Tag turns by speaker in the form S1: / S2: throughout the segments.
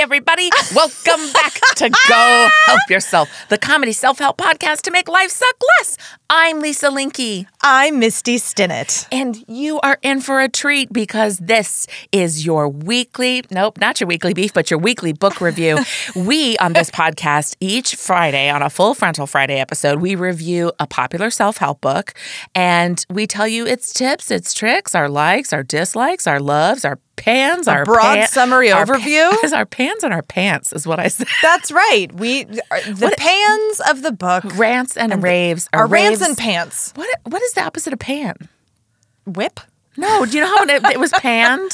S1: everybody. Welcome back to Go Help Yourself, the comedy self help podcast to make life suck less. I'm Lisa Linky,
S2: I'm Misty Stinnett.
S1: and you are in for a treat because this is your weekly, nope, not your weekly beef, but your weekly book review. we on this podcast each Friday, on a full frontal Friday episode, we review a popular self help book and we tell you its tips, its tricks, our likes, our dislikes, our loves, our pans, our
S2: broad summary
S1: our pa-
S2: overview?
S1: is our pans and our pants is what I said.
S2: That's right. We uh, the pans of the book
S1: Rants and, raves.
S2: are rants
S1: raves-
S2: and pants.
S1: What what is the opposite of pan?
S2: Whip.
S1: No, do you know how it, it was panned?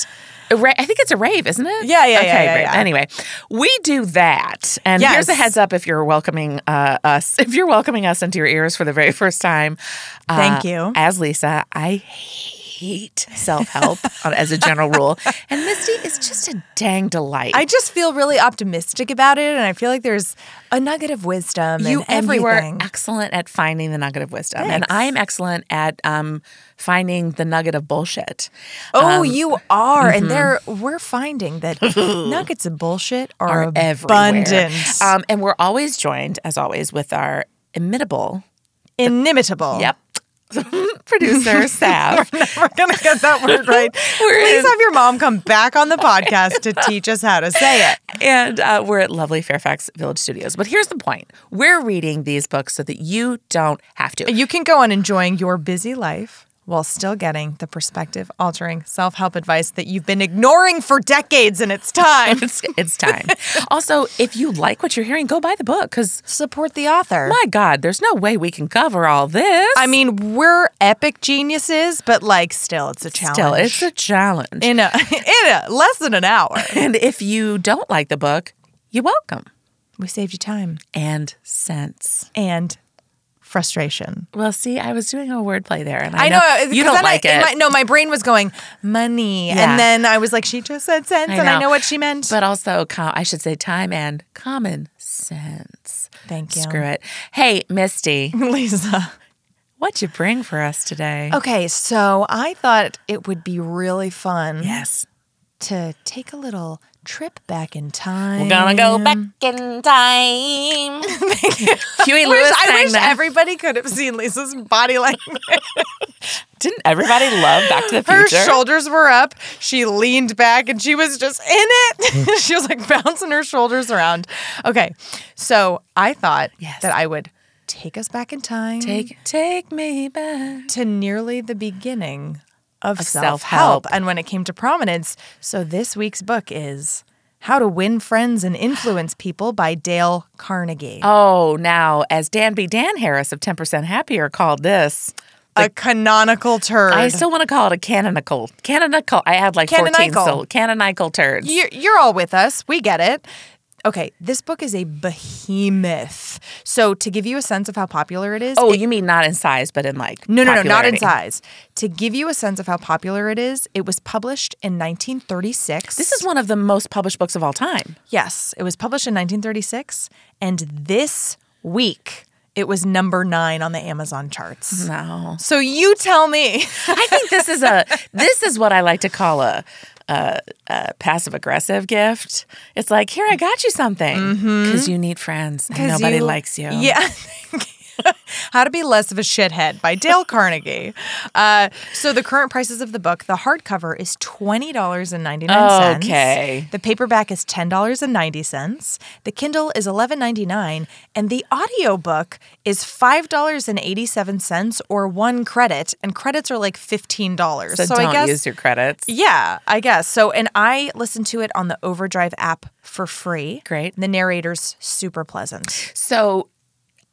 S1: A ra- I think it's a rave, isn't it?
S2: Yeah, yeah, yeah,
S1: okay,
S2: yeah,
S1: great.
S2: yeah.
S1: Anyway, we do that, and here's a
S2: Yes.
S1: heads up if you're welcoming uh, us. If you're welcoming us into your ears for the very first time, uh,
S2: Thank you.
S1: As Lisa, I hate self help as a general rule, and Misty is just a dang delight.
S2: I just feel really optimistic about it, and I feel like there's a nugget of wisdom in
S1: and you are
S2: everything.
S1: excellent at finding the nugget of wisdom, and I am excellent at um, finding the nugget of bullshit.
S2: Oh, you are, and there we're finding that nuggets of bullshit are,
S1: everywhere.
S2: abundant,
S1: Um, and we're always joined, as always, with our imitable.
S2: inimitable.
S1: Yep. Producer Sav.
S2: We're gonna get that word right.
S1: We're
S2: Please
S1: in-
S2: have your mom come back on the podcast to teach us how to say it.
S1: And uh, we're at lovely Fairfax Village Studios. But here's the point we're reading these books so that you don't have to.
S2: You can go on enjoying your busy life while still getting the perspective altering self help advice that you've been ignoring for decades, and it's time.
S1: It's, it's time. also, if you like what you're hearing, go buy the book because,
S2: Support the author.
S1: my God, there's no way we can cover all this.
S2: I mean, we're epic geniuses, but like, still, it's a challenge.
S1: Still, it's a challenge.
S2: in a in a less than an hour.
S1: and if you don't like the book, you're welcome.
S2: We saved you time and
S1: Sense.
S2: and frustration.
S1: Well, see, I was doing a wordplay there, and I,
S2: I know, uh,
S1: you
S2: 'cause
S1: don't
S2: then I-
S1: like
S2: in
S1: it.
S2: my- no, my brain was going money,
S1: Yeah.
S2: and then I was like, she just said sense, and I
S1: know.
S2: know what she meant.
S1: but also com- I should say time and common sense.
S2: Thank you,
S1: Screw it. Hey, Misty,
S2: Lisa.
S1: what you bring for us today?
S2: Okay, so I thought it would be really fun
S1: yes.
S2: to take a little trip back in time.
S1: We're gonna go back in time. Huey Lewis
S2: I
S1: sang
S2: wish
S1: that.
S2: everybody could have seen Lisa's body language.
S1: Didn't everybody love Back to the
S2: Her
S1: Future?
S2: shoulders were up. She leaned back and she was just in it. she was like bouncing her shoulders around. Okay. So I thought
S1: Yes.
S2: that I would take us back in time
S1: take, take me back.
S2: to nearly the beginning of, self help
S1: self-help.
S2: and when it came to prominence. So this week's book is How to Win Friends and Influence People by Dale Carnegie.
S1: Oh, now as Danby Dan Harris of Ten Percent Happier called this,
S2: a canonical turd.
S1: I still want to call it a canonical, canonical. I had like fourteen
S2: Canonical.
S1: so canonical turds.
S2: you're, you're all with us. We get it. Okay, this book is a behemoth. So, to give you a sense of how popular it is,
S1: Oh,
S2: it-
S1: you mean not in size, but in like
S2: no, no, no, not in
S1: popularity.
S2: size. To give you a sense of how popular it is, it was published in 1936.
S1: This is one of the most published books of all time.
S2: yes, it was published in 1936, and this week it was number nine on the Amazon charts.
S1: No,
S2: So you tell me.
S1: I think this is a this is what I like to call a, a, a passive aggressive gift. It's like here I got you something because you need friends and
S2: 'Cause
S1: nobody likes Mm-hmm. you.
S2: Yeah. How to Be Less of a Shithead by Dale Carnegie. Uh, so the current prices of the book, the hardcover is twenty dollars and ninety nine cents.
S1: Okay.
S2: The paperback is ten dollars and ninety cents. The Kindle is eleven ninety nine, and the audiobook is five dollars and eighty seven cents or one credit, and credits are like fifteen dollars.
S1: So, don't
S2: I guess
S1: use your credits.
S2: yeah, I guess. So, and I listened to it on the Overdrive app for free.
S1: Great.
S2: The narrator's super pleasant.
S1: So.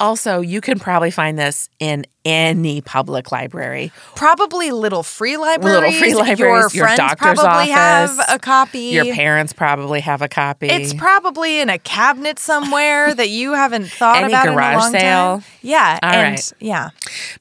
S1: Also, you can probably find this in any public library.
S2: Probably little free libraries.
S1: Little free libraries,
S2: Your,
S1: your,
S2: friends
S1: doctor's
S2: probably
S1: office,
S2: have a copy.
S1: Your parents probably have a copy.
S2: It's probably in a cabinet somewhere that you haven't thought
S1: Any
S2: about in a
S1: garage
S2: long
S1: sale.
S2: time. Yeah.
S1: All
S2: and
S1: right.
S2: yeah,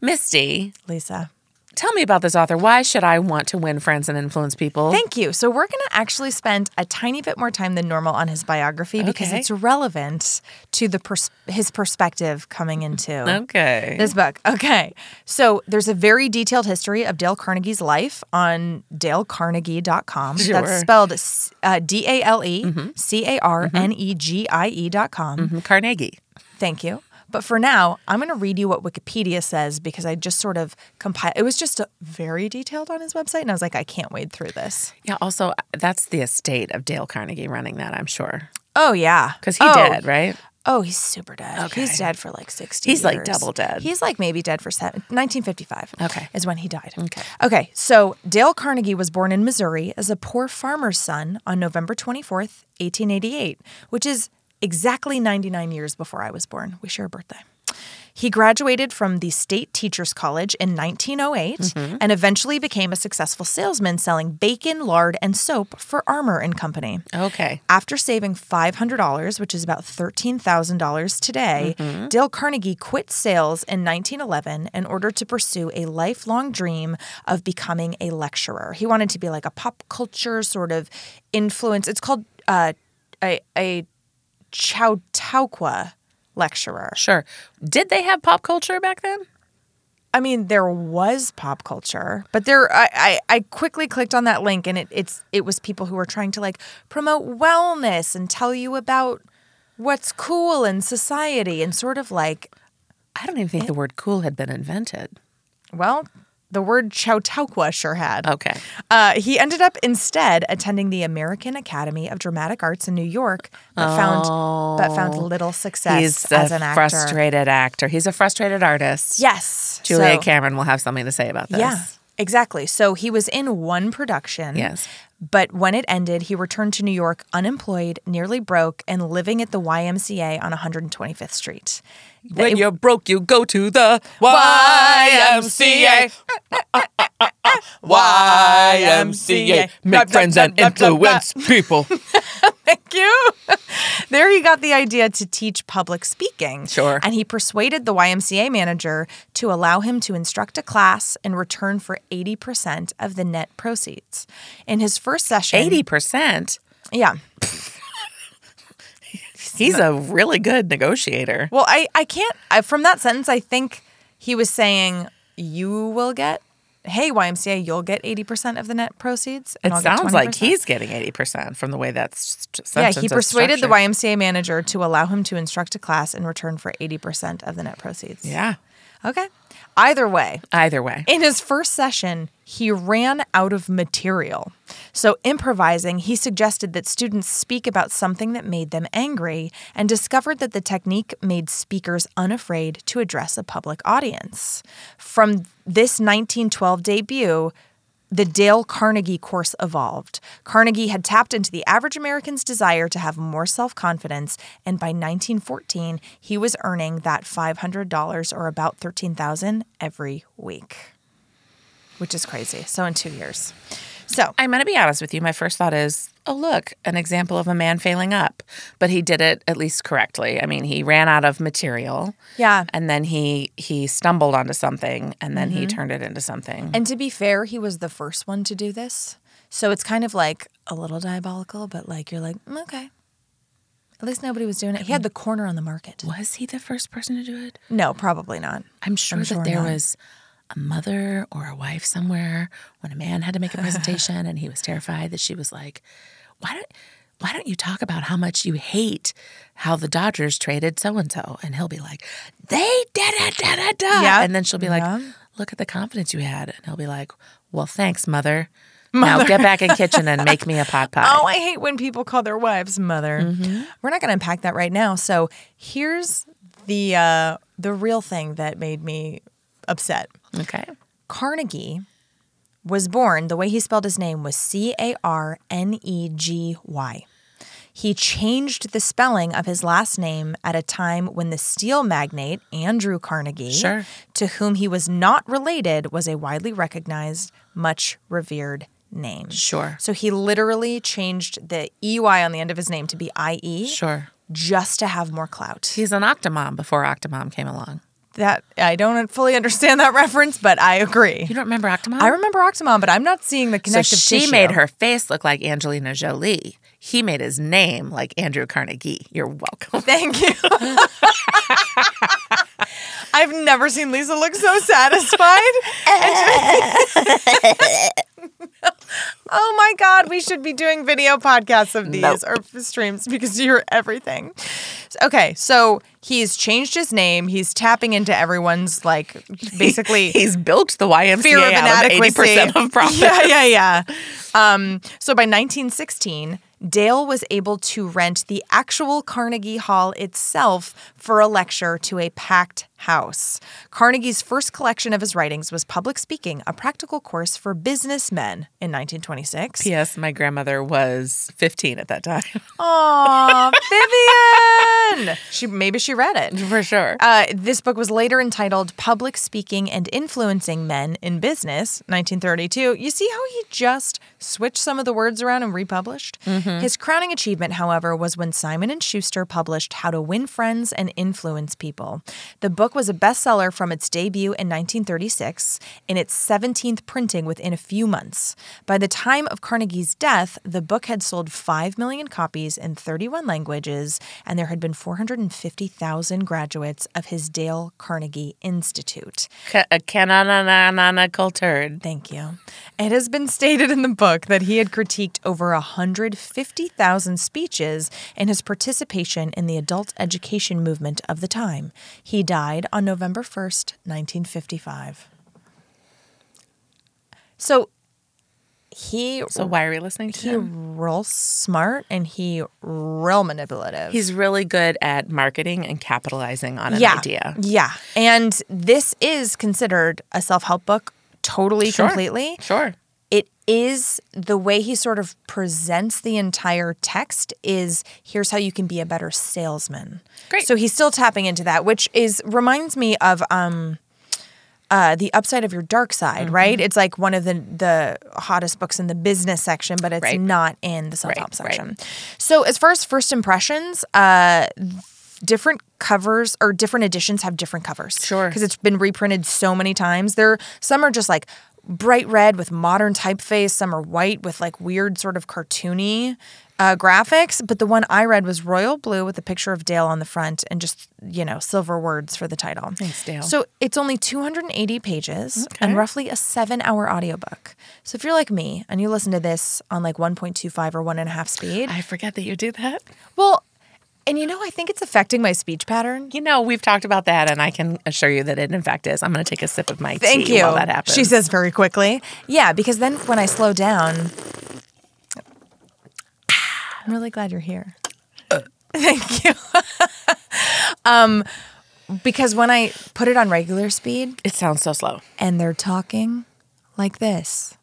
S1: Misty.
S2: Lisa.
S1: Tell me about this author. Why should I want to win friends and influence people?
S2: Thank you. So we're going to actually spend a tiny bit more time than normal on his biography because
S1: Okay.
S2: it's relevant to the pers- his perspective coming into
S1: okay.
S2: this book. Okay. So there's a very detailed history of Dale Carnegie's life on dalecarnegie.com.
S1: Sure. Mm-hmm.
S2: That's spelled S- uh, D A L E C A R N E G I E.com.
S1: Mhm. Carnegie.
S2: Thank you. But for now, I'm going to read you what Wikipedia says because I just sort of compiled. It was just uh, very detailed on his website, and I was like, I can't wade through this.
S1: Yeah, also, that's the estate of Dale Carnegie running that, I'm sure.
S2: Oh yeah,
S1: Because he
S2: oh.
S1: did, right?
S2: Oh, he's super dead. He's
S1: Okay.
S2: dead for like 60
S1: He's, like,
S2: years.
S1: double dead.
S2: He's like maybe dead for seven, 1955.
S1: Okay.
S2: Is when he died. Okay. Okay. So Dale Carnegie was born in Missouri as a poor farmer's son on November 24th, 1888, which is exactly 99 years before I was born. We share a birthday. He graduated from the State Teachers College in 1908
S1: Mm-hmm.
S2: and eventually became a successful salesman selling bacon, lard, and soap for Armour and Company.
S1: Okay.
S2: After saving $500, which is about $13,000 today, Dale Carnegie quit sales in 1911 in order to pursue a lifelong dream of becoming a lecturer. He wanted to be like a pop culture sort of influence. It's called uh, a, a Chautauqua lecturer.
S1: Sure. Did they have pop culture back then?
S2: I mean, there was pop culture, but there I, I, I quickly clicked on that link and it, it's it was people who were trying to like promote wellness and tell you about what's cool in society and sort of like
S1: I don't even think the word cool had been invented.
S2: well, the word Chautauqua sure had.
S1: Okay.
S2: Uh, he ended up instead attending the American Academy of Dramatic Arts in New York, but found but found little success
S1: Oh. He's
S2: as
S1: a
S2: an actor.
S1: frustrated actor. He's a frustrated artist.
S2: Yes,
S1: Julia
S2: so-
S1: Cameron will have something to say about this.
S2: Yeah, exactly. So he was in one production.
S1: Yes.
S2: But when it ended, he returned to New York unemployed, nearly broke, and living at the YMCA on 125th Street.
S1: When you're broke, you go to the YMCA. YMCA. Make friends and influence people.
S2: Thank you. there he got the idea to teach public speaking.
S1: Sure.
S2: And he persuaded the YMCA manager to allow him to instruct a class in return for 80% of the net proceeds. In his first session,
S1: 80%.
S2: Yeah.
S1: He's a really good negotiator.
S2: Well, I, I can't, I, from that sentence, I think he was saying, you will get, hey, YMCA, you'll get 80% of the net proceeds. And
S1: It
S2: I'll get
S1: sounds like
S2: 20%."
S1: he's getting 80% from the way that's
S2: Yeah, he persuaded the YMCA manager to allow him to instruct a class in return for 80% of the net proceeds.
S1: Yeah.
S2: Okay. Either way,
S1: Either way.
S2: in his first session, he ran out of material. So, improvising, he suggested that students speak about something that made them angry and discovered that the technique made speakers unafraid to address a public audience. From this 1912 debut, the Dale Carnegie course evolved. Carnegie had tapped into the average American's desire to have more self confidence, and by 1914, he was earning that $500 or about $13,000 every week, which is crazy. So, in two years. So,
S1: I'm going to be honest with you. My first thought is, oh, look, an example of a man failing up. But he did it at least correctly. I mean, he ran out of material.
S2: yeah.
S1: And then he he stumbled onto something and then he turned it into something.
S2: And to be fair, he was the first one to do this. So, it's kind of like a little diabolical, but like you're like, "Mm, okay. At least nobody was doing it. He had the corner on the market.
S1: was he the first person to do it?
S2: No, probably not.
S1: I'm sure that
S2: sure
S1: there
S2: not.
S1: was a mother or a wife somewhere when a man had to make a presentation and he was terrified that she was like, "Why don't why don't you talk about how much you hate how the Dodgers traded so and so?" And he'll be like, "They da da da da da,"
S2: Yeah.
S1: and then she'll be like,
S2: Yeah.
S1: "Look at the confidence you had," and he'll be like, "Well, thanks, mother." Now get back in kitchen and make me a pot pie.
S2: Oh, I hate when people call their wives mother. We're not going to unpack that right now. So here's the uh, the real thing that made me upset.
S1: Okay.
S2: Carnegie was born. The way he spelled his name was C A R N E G Y. He changed the spelling of his last name at a time when the steel magnate Andrew Carnegie,
S1: Sure.
S2: to whom he was not related, was a widely recognized, much revered name.
S1: Sure.
S2: So he literally changed the EY on the end of his name to be IE
S1: Sure.
S2: just to have more clout.
S1: He's an octomom before octomom came along.
S2: That I don't fully understand that reference, but I agree.
S1: You don't remember Octomom?
S2: I remember Octomom, but I'm not seeing the
S1: So
S2: connective
S1: she
S2: tissue.
S1: made her face look like Angelina Jolie. He made his name like Andrew Carnegie. You're welcome.
S2: Thank you. I've never seen Lisa look so satisfied. And she- oh my God, we should be doing video podcasts of these
S1: Nope.
S2: or streams because you're everything. Okay, so he's changed his name. He's tapping into everyone's, like, basically
S1: He's built the YMCA
S2: fear of
S1: out of
S2: inadequacy.
S1: 80% of profit.
S2: Yeah, yeah, yeah. Um, so by 1916, Dale was able to rent the actual Carnegie Hall itself for a lecture to a packed house. Carnegie's first collection of his writings was Public Speaking, a practical course for businessmen in 1926.
S1: Yes, my grandmother was 15 at that time.
S2: Aw, Vivian! She maybe she read it.
S1: For sure.
S2: Uh, this book was later entitled Public Speaking and Influencing Men in Business, 1932. You see how he just switched some of the words around and republished? His crowning achievement, however, was when Simon and Schuster published How to Win Friends and Influence People. The book was a bestseller from its debut in 1936 in its 17th printing within a few months. By the time of Carnegie's death, the book had sold 5 million copies in 31 languages, and there had been 450,000 graduates of his Dale Carnegie Institute.
S1: Ca- a canananananacal turd.
S2: Thank you. It has been stated in the book that he had critiqued over 150,000 speeches in his participation in the adult education movement of the time. He died on November 1st, 1955. So he
S1: So why are we listening to
S2: he
S1: him?
S2: real smart and he real manipulative.
S1: He's really good at marketing and capitalizing on an
S2: yeah,
S1: idea.
S2: yeah. And this is considered a self-help book totally
S1: Sure.
S2: completely.
S1: Sure.
S2: it is the way he sort of presents the entire text is here's how you can be a better salesman.
S1: Great.
S2: So he's still tapping into that, which is reminds me of um uh, the upside of your dark side,
S1: Mm-hmm.
S2: right? It's like one of the the hottest books in the business section, but it's
S1: Right.
S2: not in the self help
S1: right.
S2: section. So as far as first impressions, uh, different covers or different editions have different covers.
S1: Sure.
S2: Because it's been reprinted so many times. There some are just like bright red with modern typeface, some are white with like weird sort of cartoony uh, graphics, but the one I read was royal blue with a picture of Dale on the front and just, you know, silver words for the title.
S1: Thanks, Dale.
S2: So it's only 280 pages and roughly a seven hour audiobook. So if you're like me and you listen to this on like 1.25 or one and a half speed,
S1: I forget that you do that.
S2: well, and you know, I think it's affecting my speech pattern.
S1: You know, we've talked about that, and I can assure you that it, in fact, is. I'm going to take a sip of my
S2: Thank
S1: tea
S2: you.
S1: while that happens.
S2: She says very quickly. Yeah, because then when I slow down, I'm really glad you're here. Thank you. um, because when I put it on regular speed
S1: it sounds so slow.
S2: and they're talking like this,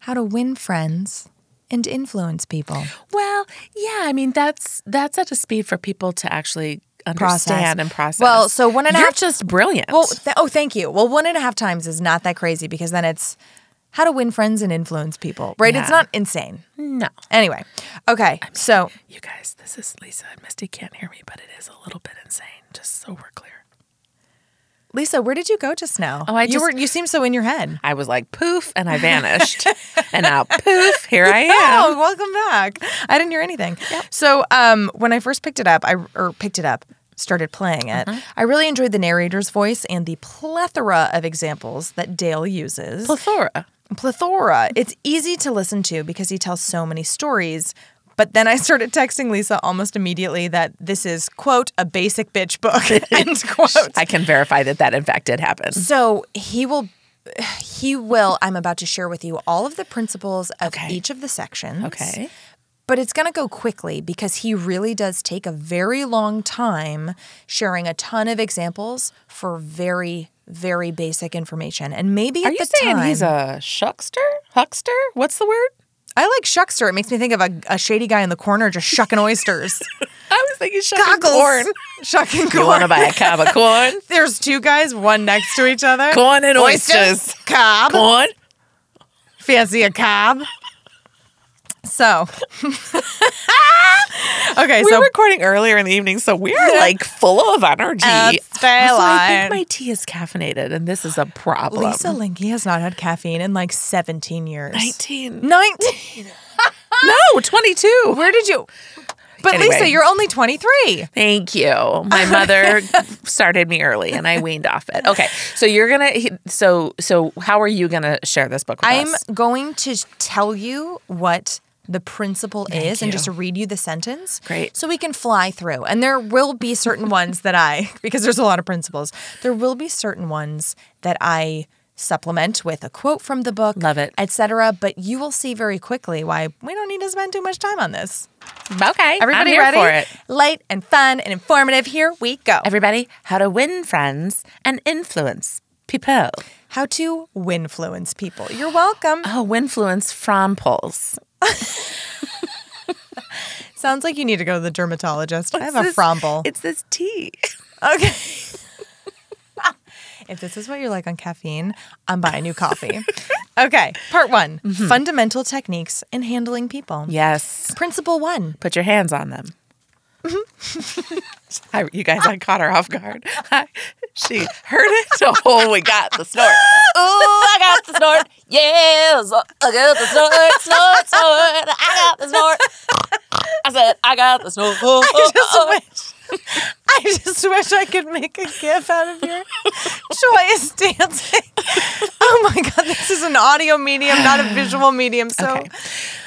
S2: how to win friends and influence people.
S1: Well, yeah, I mean that's that's at a speed for people to actually
S2: Process.
S1: understand and process.
S2: Well, so one and a
S1: You're
S2: half-
S1: just brilliant.
S2: Well, th- oh, thank you. Well, one and a half times is not that crazy because then it's how to win friends and influence people, right? It's
S1: Yeah.
S2: not insane.
S1: no,
S2: Anyway, okay, so
S1: you guys, this is Lisa and Misty can't hear me, but it is a little bit insane. Just so we're clear.
S2: Lisa, where did you go just now?
S1: Oh, I
S2: you
S1: just-
S2: were you seem so in your head.
S1: I was like poof, and I vanished, and now poof, here I am.
S2: Oh, welcome back. I didn't hear anything. So, um, when I first picked it up, I or picked it up, started playing it.
S1: Uh-huh.
S2: I really enjoyed the narrator's voice and the plethora of examples that Dale uses.
S1: Plethora.
S2: plethora. It's easy to listen to because he tells so many stories. But then I started texting Lisa almost immediately that this is quote a basic bitch book end quote.
S1: I can verify that that in fact did happen.
S2: So he will, he will. I'm about to share with you all of the principles of
S1: Okay.
S2: each of the sections.
S1: Okay.
S2: But it's going to go quickly because he really does take a very long time sharing a ton of examples for very, very basic information. And maybe
S1: Are
S2: at
S1: you
S2: the
S1: saying
S2: time,
S1: he's a shuckster? Huckster? What's the word?
S2: I like shuckster. It makes me think of a, a shady guy in the corner just shucking oysters,
S1: I was thinking shucking
S2: Cockles.
S1: corn.
S2: shucking
S1: You want
S2: corn.
S1: to buy a cob of corn?
S2: There's two guys, one next to each other.
S1: Corn and oysters.
S2: Cob.
S1: Corn?
S2: Fancy a cob. So, okay,
S1: We
S2: so
S1: were recording earlier in the evening, so we're like full of energy.
S2: That's
S1: Also, I
S2: fine.
S1: think my tea is caffeinated, and this is a problem.
S2: Lisa Linky has not had caffeine in like 17 years.
S1: 19.
S2: 19.
S1: No, 22.
S2: Where did you? But Lisa,
S1: Anyway.
S2: you're only 23.
S1: Thank you. My mother started me early and I weaned off it. Okay. So you're going to so so how are you going to share this book with
S2: I'm
S1: us?
S2: going to tell you what the principle is and
S1: you.
S2: just read you the sentence.
S1: Great.
S2: So we can fly through. And there will be certain ones that I, because there's a lot of principles, there will be certain ones that I supplement with a quote from the book.
S1: Love it.
S2: Etc. But you will see very quickly why we don't need to spend too much time on this.
S1: Okay.
S2: Everybody
S1: I'm here
S2: ready?
S1: for it.
S2: Light and fun and informative. Here we go.
S1: Everybody, how to win friends and influence people.
S2: How to winfluence people. You're welcome.
S1: Oh, winfluence from polls.
S2: Sounds like you need to go to the dermatologist. I have a
S1: This-
S2: fromble.
S1: It's this tea.
S2: Okay. if this is what you're like on caffeine, I'm buying you coffee. okay. Part one fundamental techniques in handling people.
S1: Mm-hmm. Yes.
S2: Principle one
S1: Put your hands on them. I, you guys, I caught her off guard. she heard it. Oh, we got the snort.
S3: I got the snort. Yes, I got the snort, snort, snort. I got the snort. I said, I got the snort.
S2: I just wish I just wish I could make a gif out of your joyous dancing. Oh my god, this is an audio medium, not a visual medium. So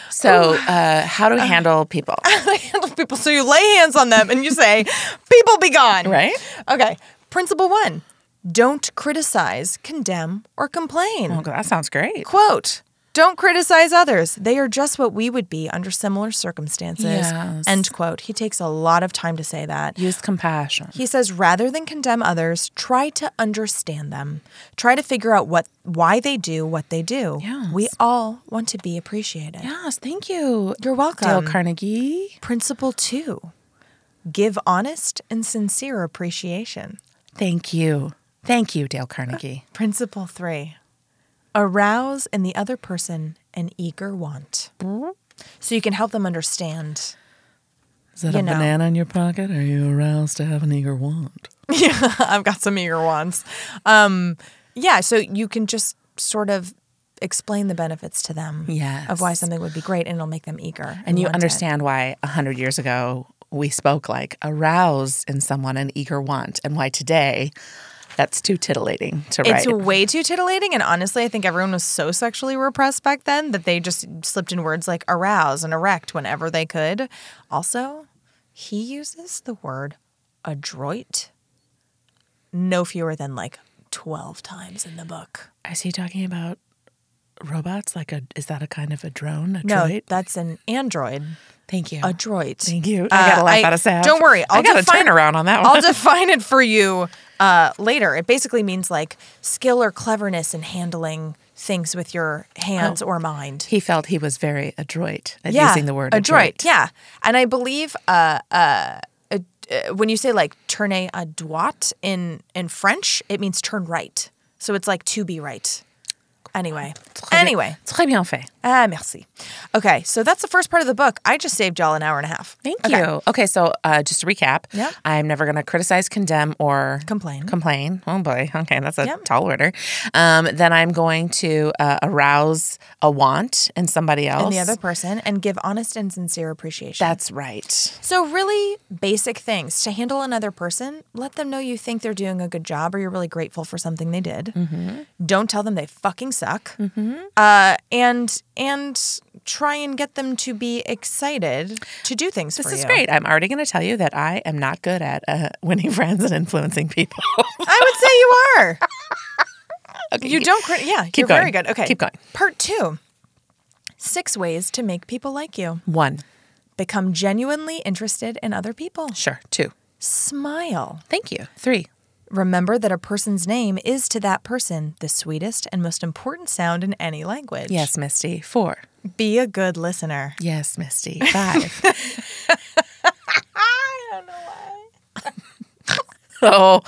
S1: So, uh, how to handle people,
S2: I handle people. So you lay hands on them and you say, "People be gone."
S1: right?
S2: Okay. Principle one: Don't criticize, condemn, or complain.
S1: Oh, that sounds great.
S2: Quote. Don't criticize others. They are just what we would be under similar circumstances.
S1: Yes.
S2: End quote. He takes a lot of time to say that.
S1: Use compassion.
S2: He says rather than condemn others, try to understand them. Try to figure out what why they do what they do.
S1: Yes.
S2: We all want to be appreciated.
S1: Yes, thank you.
S2: You're
S1: Dale
S2: welcome.
S1: Carnegie.
S2: Principle 2. Give honest and sincere appreciation.
S1: Thank you. Thank you, Dale Carnegie.
S2: Principle 3. Arouse in the other person an eager want. So you can help them understand.
S1: Is that
S2: You know.
S1: in your pocket? Are you aroused to have an eager want?
S2: yeah, I've got some eager wants. Um, yeah, so you can just sort of explain the benefits to them
S1: Yes.
S2: of why something would be great and it'll make them eager.
S1: And you
S2: want it.
S1: understand why a hundred years ago we spoke like arouse in someone an eager want, and why today that's too titillating to write.
S2: It's way too titillating. And honestly, I think everyone was so sexually repressed back then that they just slipped in words like arouse and erect whenever they could. Also, he uses the word adroit no fewer than like 12 times in the book.
S1: Is he talking about robots? Like a is that a kind of a drone? A
S2: No,
S1: droid?
S2: that's an android.
S1: Thank you.
S2: Adroit.
S1: Thank you. I got a laugh out of Sab.
S2: Uh, Don't worry. I'll
S1: I got a
S2: define-
S1: turnaround on that one.
S2: I'll define it for you uh, later. It basically means like skill or cleverness in handling things with your
S1: Oh.
S2: hands or mind.
S1: he felt he was very adroit at using the word adroit.
S2: Yeah, and I believe uh, uh, ad- uh, when you say like tourner à droite in in French, it means turn right. So it's like to be right. Anyway, anyway,
S1: Très bien fait.
S2: ah, merci. Okay, so that's the first part of the book. I just saved y'all an hour and a half.
S1: Thank
S2: Okay.
S1: you. Okay, so uh, just to recap,
S2: Yeah.
S1: I'm never going to criticize, condemn, or
S2: Complain.
S1: Complain. Oh boy. Okay, that's a
S2: Yep.
S1: tall order. Um, then I'm going to uh, arouse a want in somebody else.
S2: And the other person, and give honest and sincere appreciation.
S1: That's right.
S2: So, really basic things to handle another person, let them know you think they're doing a good job or you're really grateful for something they did.
S1: Mm-hmm.
S2: Don't tell them they fucking suck. Uh, and and try and get them to be excited to do things for
S1: This is
S2: you.
S1: great. I'm already going to tell you that I am not good at uh, winning friends and influencing people.
S2: I would say you are.
S1: Okay,
S2: You
S1: keep-
S2: don't, crit- yeah,
S1: keep
S2: you're
S1: going.
S2: very good. Okay,
S1: Keep going.
S2: Part two six ways to make people like you.
S1: One.
S2: Become genuinely interested in other people.
S1: Sure. Two.
S2: Smile.
S1: Thank you. Three.
S2: Remember that a person's name is to that person the sweetest and most important sound in any language.
S1: Yes, Misty. Four.
S2: Be a good listener.
S1: Yes, Misty. Five.
S2: I don't know why.
S1: oh.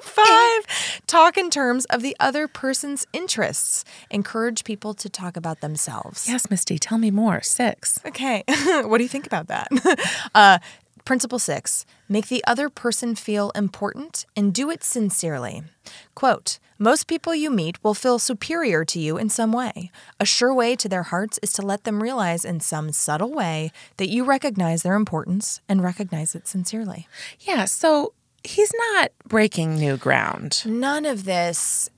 S2: Five. Talk in terms of the other person's interests. Encourage people to talk about themselves.
S1: Yes, Misty, tell me more. Six.
S2: Okay. what do you think about that? uh, principle six make the other person feel important and do it sincerely. Quote Most people you meet will feel superior to you in some way. A sure way to their hearts is to let them realize in some subtle way that you recognize their importance and recognize it sincerely.
S1: Yeah, so he's not breaking new ground.
S2: None of this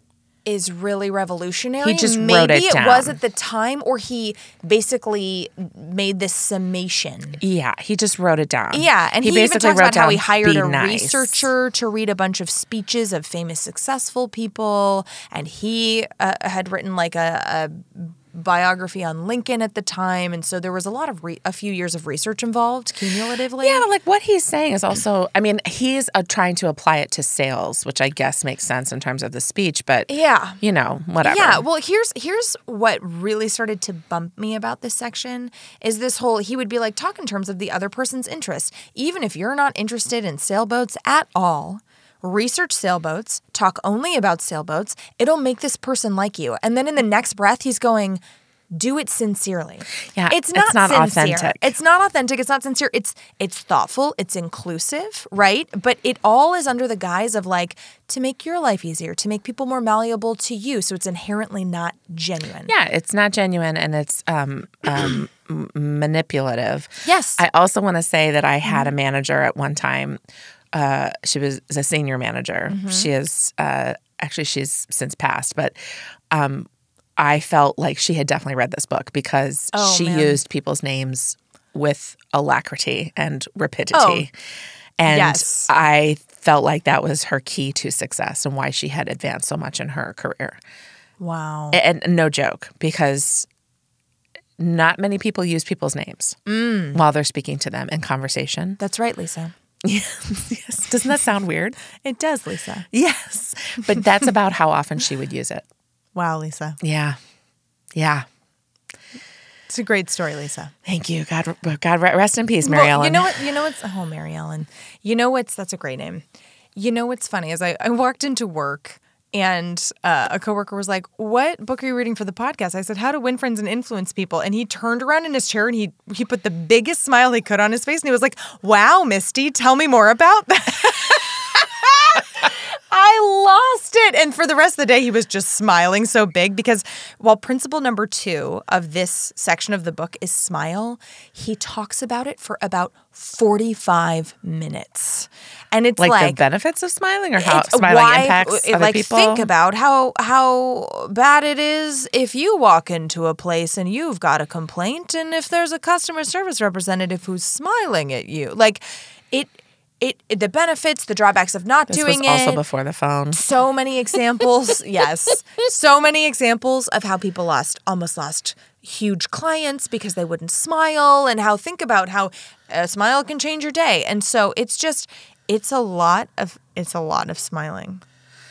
S2: is really revolutionary.
S1: He just
S2: Maybe
S1: wrote it down.
S2: was at the time, or he basically made this summation.
S1: Yeah, he just wrote it down.
S2: Yeah, and he, even
S1: basically
S2: talks about how he
S1: down,
S2: hired
S1: "Be
S2: a
S1: nice."
S2: researcher to read a bunch of speeches of famous, successful people, and he uh, had written like a, a biography on Lincoln at the time, and so there was a lot of re- a few years of research involved cumulatively.
S1: Yeah, but like what he's saying is also, I mean, he's uh, trying to apply it to sales, which I guess makes sense in terms of the speech, but
S2: Yeah.
S1: you know, whatever.
S2: Yeah, well, here's here's what really started to bump me about this section is this whole he would be like talk in terms of the other person's interest, even if you're not interested in sailboats at all. Research sailboats, talk only about sailboats. It'll make this person like you. And then in the next breath, he's going, "Do it sincerely."
S1: Yeah,
S2: it's not,
S1: it's not
S2: sincere.
S1: authentic.
S2: It's not authentic. It's not sincere. It's it's thoughtful. It's inclusive, right? But it all is under the guise of like to make your life easier, to make people more malleable to you. So it's inherently not genuine.
S1: Yeah, it's not genuine and it's um, um, m- manipulative.
S2: Yes.
S1: I also want to say that I had a manager at one time. Uh, she was a senior manager.
S2: Mm-hmm.
S1: She is uh, actually she's since passed, but um, I felt like she had definitely read this book because
S2: Oh,
S1: she
S2: man.
S1: used people's names with alacrity and rapidity. And
S2: Oh. yes.
S1: I felt like that was her key to success and why she had advanced so much in her career
S2: Wow.
S1: and and no joke because not many people use people's names while they're speaking to them in conversation.
S2: That's right, Lisa.
S1: yes. Doesn't that sound weird?
S2: It does, Lisa.
S1: Yes. But that's about how often she would use it.
S2: Wow, Lisa.
S1: Yeah. Yeah.
S2: It's a great story, Lisa.
S1: Thank you. God, God rest in peace, Mary
S2: Well,
S1: Ellen.
S2: You know what? You know what's oh Mary Ellen. You know what's that's a great name. You know what's funny is I, I walked into work and uh, a coworker was like, "What book are you reading for the podcast?" I said, "How to Win Friends and Influence People." And he turned around in his chair and he he put the biggest smile he could on his face and he was like, "Wow, Misty, tell me more about that." I lost it. And for the rest of the day, he was just smiling so big because while principle number two of this section of the book is smile, he talks about it for about 45 minutes. And it's
S1: like,
S2: like,
S1: the benefits of smiling or how
S2: it's
S1: smiling
S2: why-
S1: impacts
S2: it-
S1: other
S2: like
S1: people.
S2: think about how how bad it is if you walk into a place and you've got a complaint and if there's a customer service representative who's smiling at you like it it, it the benefits the drawbacks of not
S1: this
S2: doing
S1: was also
S2: it
S1: before the phone.
S2: so many examples. yes. So many examples of how people lost almost lost huge clients because they wouldn't smile and how think about how a smile can change your day. And so it's just it's a lot of it's a lot of smiling.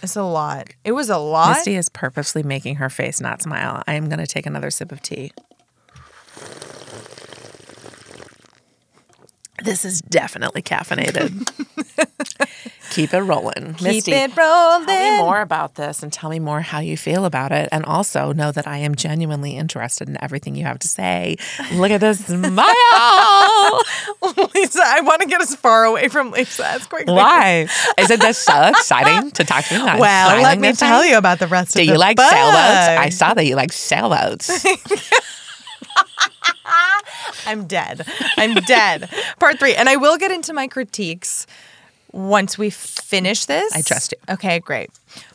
S2: It's a lot. It was a lot.
S1: Misty is purposely making her face not smile. I am going to take another sip of tea. This is definitely caffeinated. Keep it rolling. Misty,
S2: Keep it rolling.
S1: tell me more about this and tell me more how you feel about it. And also know that I am genuinely interested in everything you have to say. Look at this smile.
S2: Lisa, I want to get as far away from Lisa as quickly.
S1: Why? Isn't this so exciting to talk to you? about
S2: Well, let
S1: smiling
S2: me
S1: this time?
S2: tell you about the rest
S1: Do
S2: of
S1: you
S2: the
S1: like
S2: book.
S1: sailboats? I saw that you like sailboats.
S2: I'm dead. I'm dead. Part three. And I will get into my critiques once we finish this.
S1: I trust you.
S2: Okay, great.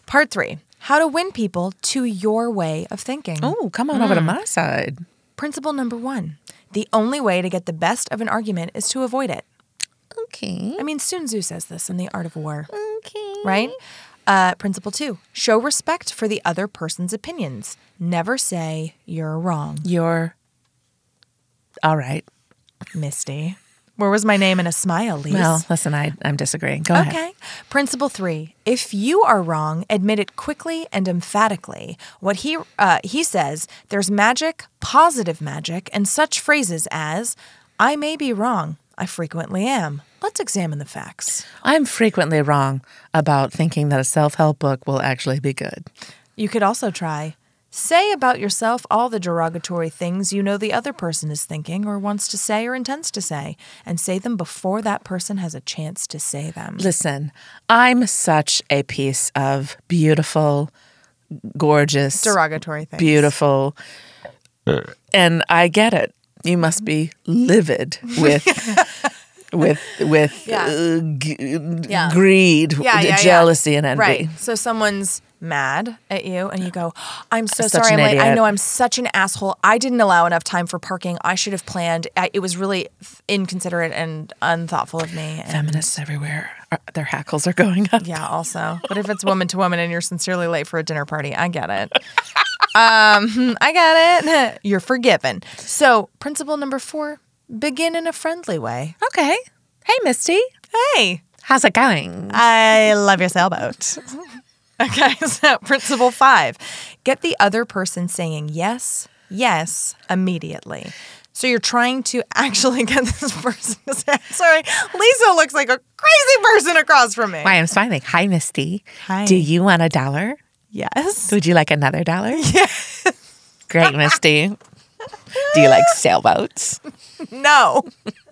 S2: Part three how to win people to your way of thinking.
S1: Oh, come on
S2: Mm.
S1: over to my side.
S2: Principle number one the only way to get the best of an argument is to avoid it.
S1: Okay.
S2: I mean, Sun Tzu says this in The Art of War,
S1: Okay.
S2: right? Uh, principle two show respect for the other person's opinions. Never say you're wrong.
S1: You're all right.
S2: Misty. Where was my name and a smile, Lise?
S1: Well, listen, I, I'm disagreeing. Go ahead.
S2: Okay. Principle three: If you are wrong, admit it quickly and emphatically. What he uh, he says: There's magic, positive magic, and such phrases as "I may be wrong." I frequently am. Let's examine the facts.
S1: I'm frequently wrong about thinking that a self help book will actually be good.
S2: You could also try say about yourself all the derogatory things you know the other person is thinking or wants to say or intends to say, and say them before that person has a chance to say them.
S1: Listen, I'm such a piece of beautiful, gorgeous,
S2: Derogatory things.
S1: beautiful. And I get it. You must be livid with with with
S2: Yeah.
S1: uh, g-
S2: Yeah.
S1: greed,
S2: Yeah, yeah, yeah.
S1: jealousy, and envy.
S2: Right. So someone's mad at you and you go, I'm so
S1: Such
S2: sorry.
S1: an
S2: I'm late. I
S1: idiot.
S2: know I'm such an asshole. I didn't allow enough time for parking. I should have planned. I, it was really th- inconsiderate and unthoughtful of me. And
S1: Feminists everywhere, are- their hackles are going up.
S2: yeah, also. But if it's woman to woman and you're sincerely late for a dinner party, I get it. um, I get it. You're forgiven. So, principle number 4, begin in a friendly way.
S1: Okay. Hey, Misty.
S2: Hey,
S1: How's it going?
S2: I love your sailboat. okay, so principle five get the other person saying yes, yes immediately. So you're trying to actually get this person to say, sorry, Lisa looks like a crazy person across from me.
S1: Why, I'm smiling. Hi, Misty.
S2: Hi.
S1: Do you want a dollar?
S2: Yes.
S1: Would you like another dollar? Yeah. Great, Misty. Do you like sailboats?
S2: No.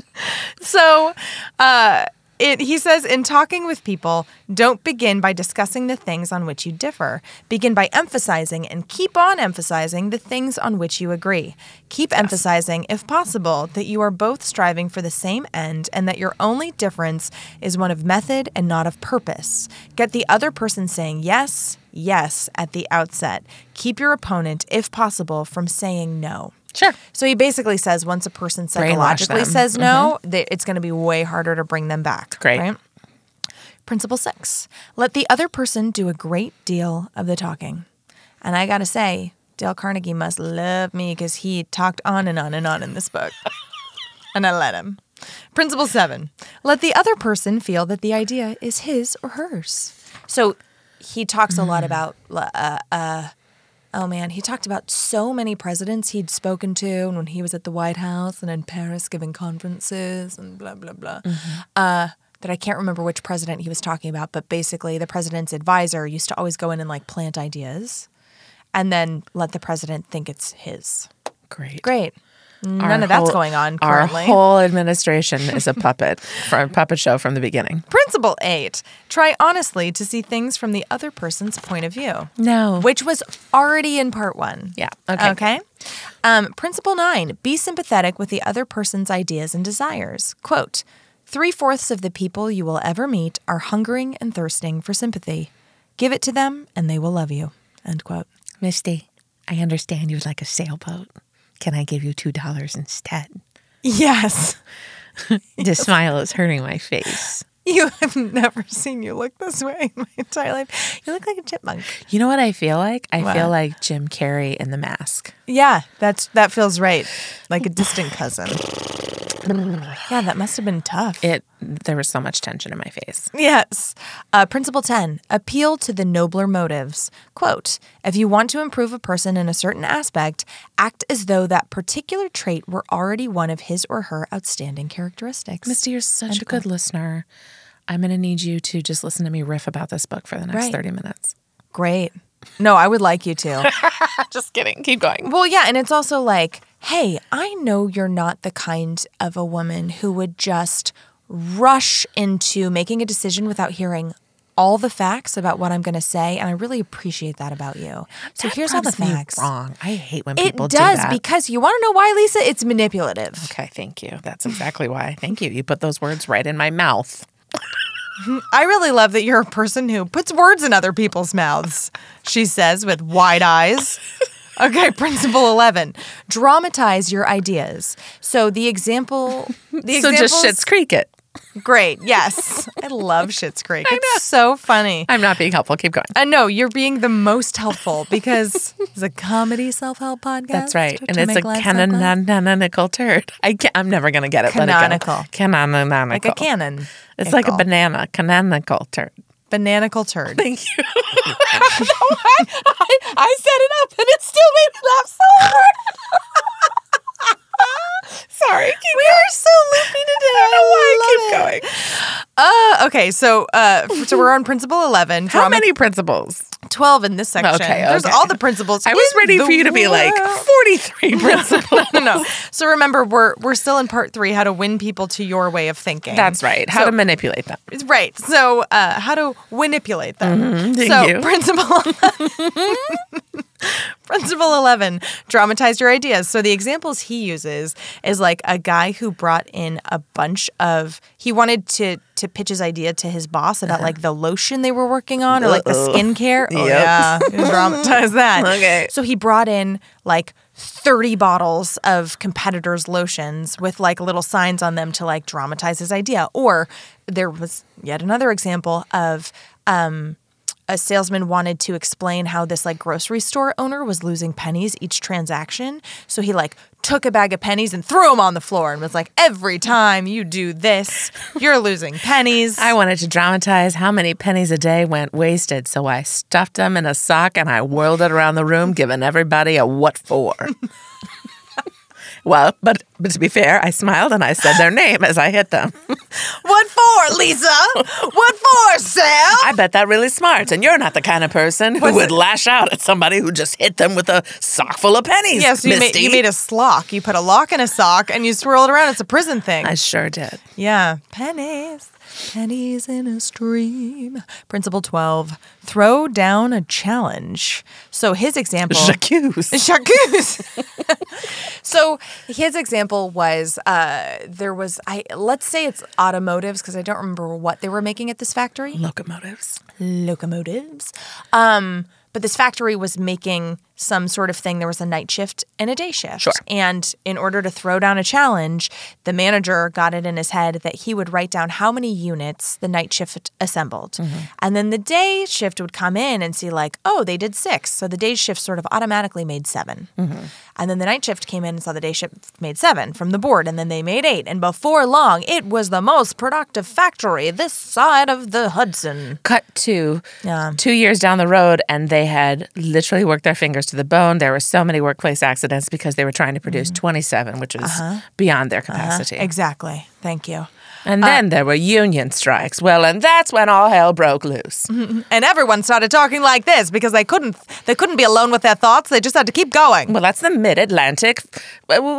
S2: so uh, it, he says in talking with people, don't begin by discussing the things on which you differ. Begin by emphasizing and keep on emphasizing the things on which you agree. Keep emphasizing, if possible, that you are both striving for the same end and that your only difference is one of method and not of purpose. Get the other person saying yes, yes at the outset. Keep your opponent, if possible, from saying no.
S1: Sure.
S2: So he basically says once a person psychologically
S1: them. Mm-hmm.
S2: says no, that it's going to be way harder to bring them back.
S1: Great.
S2: Right? Principle six let the other person do a great deal of the talking. And I got to say, Dale Carnegie must love me because he talked on and on and on in this book. and I let him. Principle seven let the other person feel that the idea is his or hers. So he talks a
S1: Mm.
S2: lot about Oh man, he talked about so many presidents he'd spoken to and when he was at the White House and in Paris giving conferences and blah, blah, blah.
S1: Mm-hmm.
S2: Uh, that I can't remember which president he was talking about, but basically the president's advisor used to always go in and like plant ideas and then let the president think it's his.
S1: Great.
S2: Great. None
S1: Our
S2: of that's
S1: whole-
S2: going on
S1: Our
S2: currently.
S1: whole administration is a puppet from a puppet show from the beginning.
S2: Principle eight try honestly to see things from the other person's point of view.
S1: No.
S2: Which was already in part one.
S1: Yeah. Okay.
S2: Okay. Um, principle nine be sympathetic with the other person's ideas and desires. Quote Three fourths of the people you will ever meet are hungering and thirsting for sympathy. Give it to them and they will love you. End quote.
S1: Misty, I understand you would like a sailboat. Can I give you two dollars instead?
S2: Yes.
S1: The smile is hurting my face.
S2: You have never seen you look this way in my entire life. You look like a chipmunk.
S1: You know what I feel like? I
S2: What?
S1: feel like Jim Carrey in The Mask.
S2: Yeah, that's that feels right. Like a distant cousin. Yeah, that must have been tough.
S1: It there was so much tension in my face.
S2: Yes. Uh, principle 10 appeal to the nobler motives. Quote If you want to improve a person in a certain aspect, act as though that particular trait were already one of his or her outstanding characteristics.
S1: Misty, you're such a good listener. I'm gonna need you to just listen to me riff about this book for the next
S2: Right.
S1: 30 minutes.
S2: Great. No, I would like you to.
S1: Just kidding. Keep going.
S2: well, yeah. And it's also like, hey, I know you're not the kind of a woman who would just rush into making a decision without hearing. All the facts about what I'm going to say, and I really appreciate that about you. So here's all the facts.
S1: Wrong. I hate when
S2: It
S1: people
S2: does
S1: do that.
S2: because you want to know why, Lisa? It's manipulative.
S1: Okay, thank you. That's exactly why. Thank you. You put those words right in my mouth.
S2: I really love that you're a person who puts words in other people's mouths, she says with wide eyes. Okay, principle 11. Dramatize your ideas. So the example the
S1: so
S2: examples-
S1: just shits creek it.
S2: great. Yes. I love Shits Creek. It's so funny.
S1: I'm not being helpful. Keep going.
S2: Uh, no, you're being the most helpful because it's a comedy self-help podcast.
S1: That's right.
S2: to
S1: And it's a
S2: make life simpler.
S1: canonical turd. I can't, I'm never going to get it.
S2: Canonical.
S1: Let it go. Canonical.
S2: like a cannon.
S1: It's like a
S2: Nickel.
S1: banana. Canonical turd.
S2: bananical turd.
S1: Thank you. I, I set it up and it still made me laugh so hard. sorry. Keep
S2: We are so loopy today. I
S1: going.
S2: love it.
S1: keep going.
S2: Uh, okay, so uh, f- so we're on principle eleven.
S1: How
S2: drama
S1: many principles?
S2: Twelve in this section.
S1: Okay,
S2: There's
S1: okay.
S2: all the principles.
S1: I was
S2: in
S1: ready
S2: the
S1: for you to be like
S2: world.
S1: 43 principles.
S2: no, no. So remember, we're we're still in part three: how to win people to your way of thinking.
S1: That's right. How to manipulate them.
S2: right. So uh, how to manipulate them.
S1: Mm-hmm. Thank
S2: so
S1: you.
S2: principle. Principle 11, dramatize your ideas. So, the examples he uses is like a guy who brought in a bunch of, he wanted to to pitch his idea to his boss about like the lotion they were working on or like the
S1: Uh-huh. Uh-oh.
S2: skincare. Oh,
S1: Yep.
S2: yeah. Dramatize that.
S1: Okay.
S2: So, he brought in like 30 bottles of competitors' lotions with like little signs on them to like dramatize his idea. Or there was yet another example of, um, a salesman wanted to explain how this like grocery store owner was losing pennies each transaction. So he like took a bag of pennies and threw them on the floor and was like, every time you do this, you're losing pennies.
S1: I wanted to dramatize how many pennies a day went wasted, so I stuffed them in a sock and I whirled it around the room, giving everybody a what for. well, but, but to be fair, I smiled and I said their name as I hit them.
S2: what for, Lisa? what for, Sam?
S1: I bet that really smart, and you're not the kind of person who would lash out at somebody who just hit them with a sock full of pennies.
S2: Yes, you made,
S1: Misty.
S2: you made a slock. You put a lock in a sock and you swirl it around. It's a prison thing.
S1: I sure did.
S2: Yeah, pennies. Pennies in a stream. Principle 12 throw down a challenge. So his example.
S1: J'accuse.
S2: Chartreuse. so his example was uh, there was I let's say it's automotives because I don't remember what they were making at this factory
S1: Locomotives.
S2: locomotives. Um, but this factory was making some sort of thing. There was a night shift and a day shift.
S1: Sure.
S2: And in order to throw down a challenge, the manager got it in his head that he would write down how many units the night shift assembled. And then the day shift would come in and see, like, oh, they did six. So the day shift sort of automatically made 7 And then the night shift came in and saw the day shift made seven from the board. And then they made eight. And before long, it was the most productive factory this side of the Hudson.
S1: cut to
S2: Yeah.
S1: two years down the road, and they had literally worked their fingers to the bone. There were so many workplace accidents because they were trying to produce
S2: Mm-hmm.
S1: 27, which is
S2: Uh-huh.
S1: beyond their capacity.
S2: Exactly. Thank you. uh,
S1: and then there were union strikes. Well, and that's when all hell broke loose.
S2: And everyone started talking like this because they couldn't they couldn't be alone with their thoughts. They just had to keep going.
S1: Well, that's the uh, mid Atlantic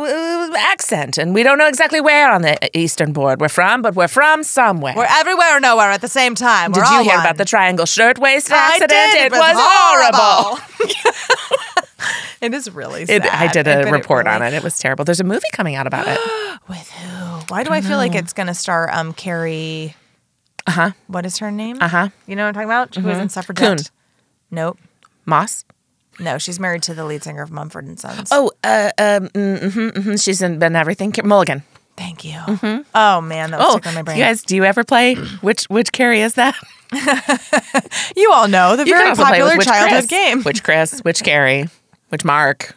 S1: accent. And we don't know exactly where on the eastern board we're from, but we're from somewhere.
S2: We're everywhere or nowhere at the same time. We're
S1: did you
S2: all
S1: hear
S2: one.
S1: about the triangle shirtwaist
S2: I
S1: accident?
S2: did.
S1: It, was, horrible.
S2: it is really sad.
S1: It, I did
S2: bet
S1: a
S2: it
S1: report
S2: really-
S1: on it. It was terrible. There's a movie coming out about it.
S2: With who? Why do I, feel
S1: Mm-hmm.
S2: like it's going to star um Carrie Uh-huh. What is her name?
S1: Uh-huh. Mm-hmm.
S2: You know what I'm talking about? Who was in Suffragette?
S1: Kuhn.
S2: Nope.
S1: Moss?
S2: No, she's married to the lead singer of Mumford and Sons.
S1: Oh, uh, um, mm-hmm, mm-hmm, she's in, been everything. Ki- Mulligan.
S2: Thank you. Oh man, that was
S1: Oh,
S2: stuck in my
S1: you
S2: brain.
S1: guys, do you ever play which which Carrie is that?
S2: You all know the
S1: You can
S2: very
S1: also play
S2: popular
S1: with which
S2: childhood
S1: Chris,
S2: game.
S1: Which Chris? Which Carrie? Which Mark?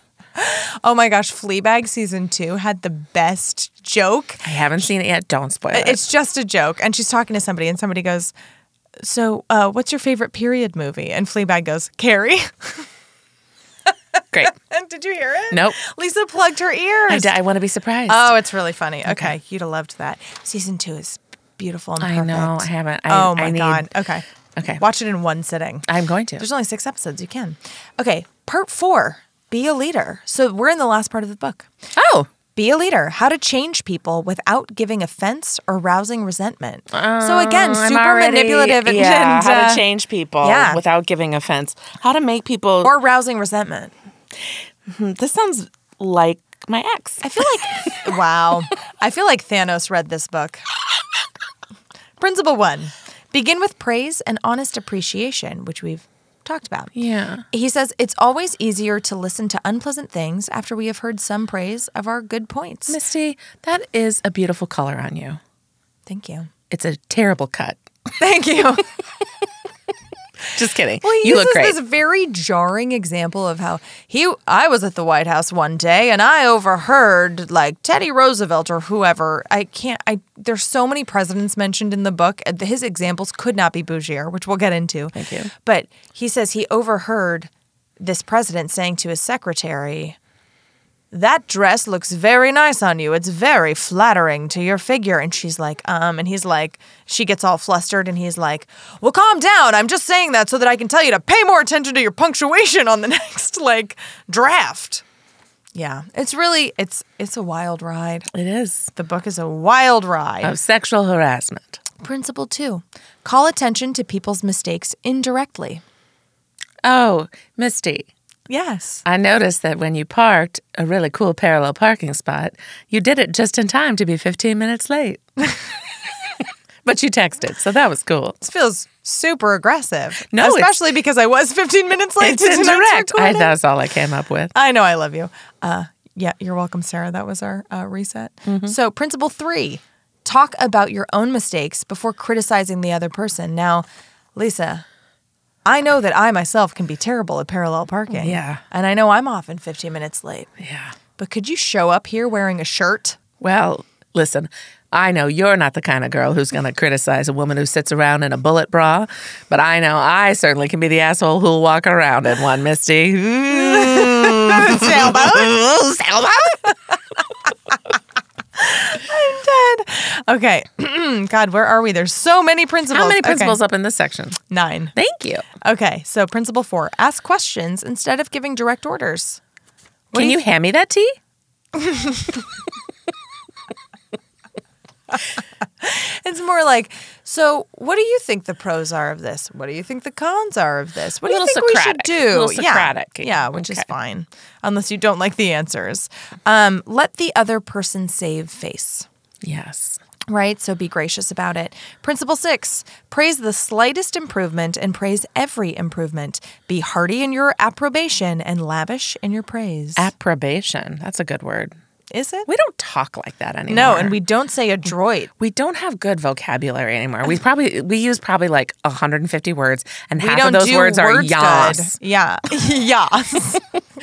S2: Oh my gosh, Fleabag season two had the best joke.
S1: I haven't seen it yet. Don't spoil it.
S2: It's just a joke. And she's talking to somebody, and somebody goes, So, uh, what's your favorite period movie? And Fleabag goes, Carrie.
S1: Great.
S2: And did you hear it?
S1: Nope.
S2: Lisa plugged her ears.
S1: I, want to be surprised.
S2: Oh, it's really funny. Okay. You'd have loved that. Season two is beautiful and
S1: I
S2: perfect.
S1: know. I haven't. I,
S2: oh my
S1: I need-
S2: God. Okay.
S1: Okay.
S2: Watch it in one sitting.
S1: I'm going to.
S2: There's only six episodes. You can. Okay. Part four Be a Leader. So, we're in the last part of the book.
S1: Oh,
S2: Be a leader. How to change people without giving offense or rousing resentment. so again,
S1: Oh, I'm
S2: super
S1: already-
S2: manipulative and,
S1: yeah,
S2: and,
S1: how
S2: uh,
S1: to change people
S2: yeah.
S1: without giving offense. How to make people. mm,
S2: or rousing resentment.
S1: this sounds like my ex.
S2: I feel like wow. I feel like Thanos read this book. Principle 1. Begin with praise and honest appreciation, which we've talked about.
S1: Yeah.
S2: He says it's always easier to listen to unpleasant things after we have heard some praise of our good points.
S1: Misty, that is a beautiful color on you.
S2: Thank you.
S1: It's a terrible cut.
S2: Thank you.
S1: Just kidding.
S2: Well, he
S1: you
S2: uses
S1: look great.
S2: this very jarring example of how he. I was at the White House one day and I overheard like Teddy Roosevelt or whoever. I can't. I there's so many presidents mentioned in the book. Uh, His examples could not be bougier, which we'll get into. Thank
S1: you.
S2: But he says he overheard this president saying to his secretary, that dress looks very nice on you. It's very flattering to your figure. And she's like, um, and he's like, she gets all flustered and he's like, well, calm down. I'm just saying that so that I can tell you to pay more attention to your punctuation on the next like draft. Yeah, it's really it's it's a wild ride.
S1: It is
S2: The book is a wild ride.
S1: of sexual harassment.
S2: Uh, Principle two: call attention to people's mistakes indirectly.
S1: Oh, Misty,
S2: Yes.
S1: I noticed that when you parked a really cool parallel parking spot, you did it just in time to be 15 minutes late. but you texted, so that was cool.
S2: This feels super aggressive.
S1: No, it's-
S2: especially because I was 15 minutes late.
S1: It's
S2: to tonight's
S1: indirect. I,
S2: recording.
S1: that's all I came up with.
S2: I know I love you. Uh, yeah, you're welcome, Sarah. That was our uh, reset.
S1: Mm-hmm.
S2: So, principle three talk about your own mistakes before criticizing the other person. Now, Lisa, I know that I myself can be terrible at parallel parking.
S1: Yeah.
S2: And I know I'm often 15 minutes late.
S1: Yeah.
S2: But could you show up here wearing a shirt?
S1: Well, listen, I know you're not the kind of girl who's going to criticize a woman who sits around in a bullet bra, but I know I certainly can be the asshole who'll walk around in one, Misty. Sailboat? Sailboat?
S2: Okay. God, where are we? There's so many principles.
S1: How many
S2: Okay.
S1: principles up in this section?
S2: Nine.
S1: Thank you.
S2: Okay. So, principle four ask questions instead of giving direct orders.
S1: Can you hand me that tea?
S2: It's more like, so what do you think the pros are of this? What do you think the cons are of this? What do you
S1: Little
S2: think
S1: Socratic.
S2: we should do?
S1: Little Socratic.
S2: Yeah, yeah which is
S1: Okay.
S2: fine, unless you don't like the answers. Um, let the other person save face.
S1: Yes.
S2: Right, so be gracious about it. Principle six praise the slightest improvement and praise every improvement. Be hearty in your approbation and lavish in your praise.
S1: Approbation. That's a good word.
S2: is it?
S1: We don't talk like that anymore.
S2: No, and we don't say adroit.
S1: we don't have good vocabulary anymore. We probably we use probably like 150 words, and
S2: We
S1: half
S2: don't
S1: of those
S2: do
S1: words are
S2: words
S1: yas.
S2: good. Yeah. yas.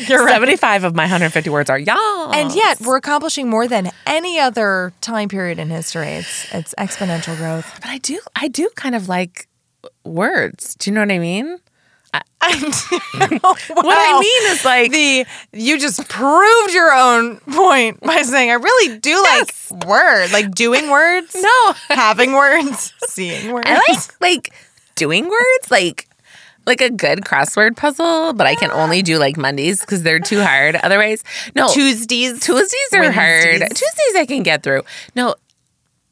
S2: You're right.
S1: 75 of my 150 words are y'all.
S2: And yet, we're accomplishing more than any other time period in history. It's it's exponential growth.
S1: but I do I do kind of like words. Do you know what I mean? Oh. What I mean is like
S2: the you just proved your own point by saying I really do like word, like doing words,
S1: no.
S2: having words, seeing words.
S1: I like like doing words like like a good crossword puzzle, but I can only do like Mondays cuz they're too hard. Otherwise, no.
S2: Tuesdays.
S1: Tuesdays are hard.
S2: Wednesdays.
S1: Tuesdays I can get through. No,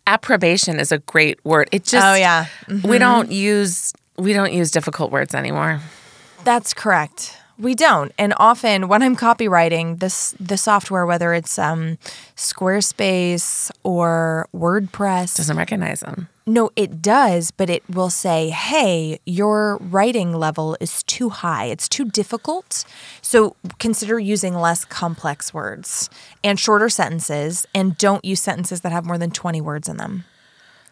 S1: approbation is a great word. It just
S2: Oh, yeah.
S1: We don't use we don't use difficult words anymore.
S2: That's correct. We don't. And often when I'm copywriting this the software, whether it's um, Squarespace or WordPress,
S1: Doesn't recognize them.
S2: No, it does, but it will say, hey, your writing level is too high. It's too difficult. So consider using less complex words and shorter sentences, and don't use sentences that have more than 20 words in them.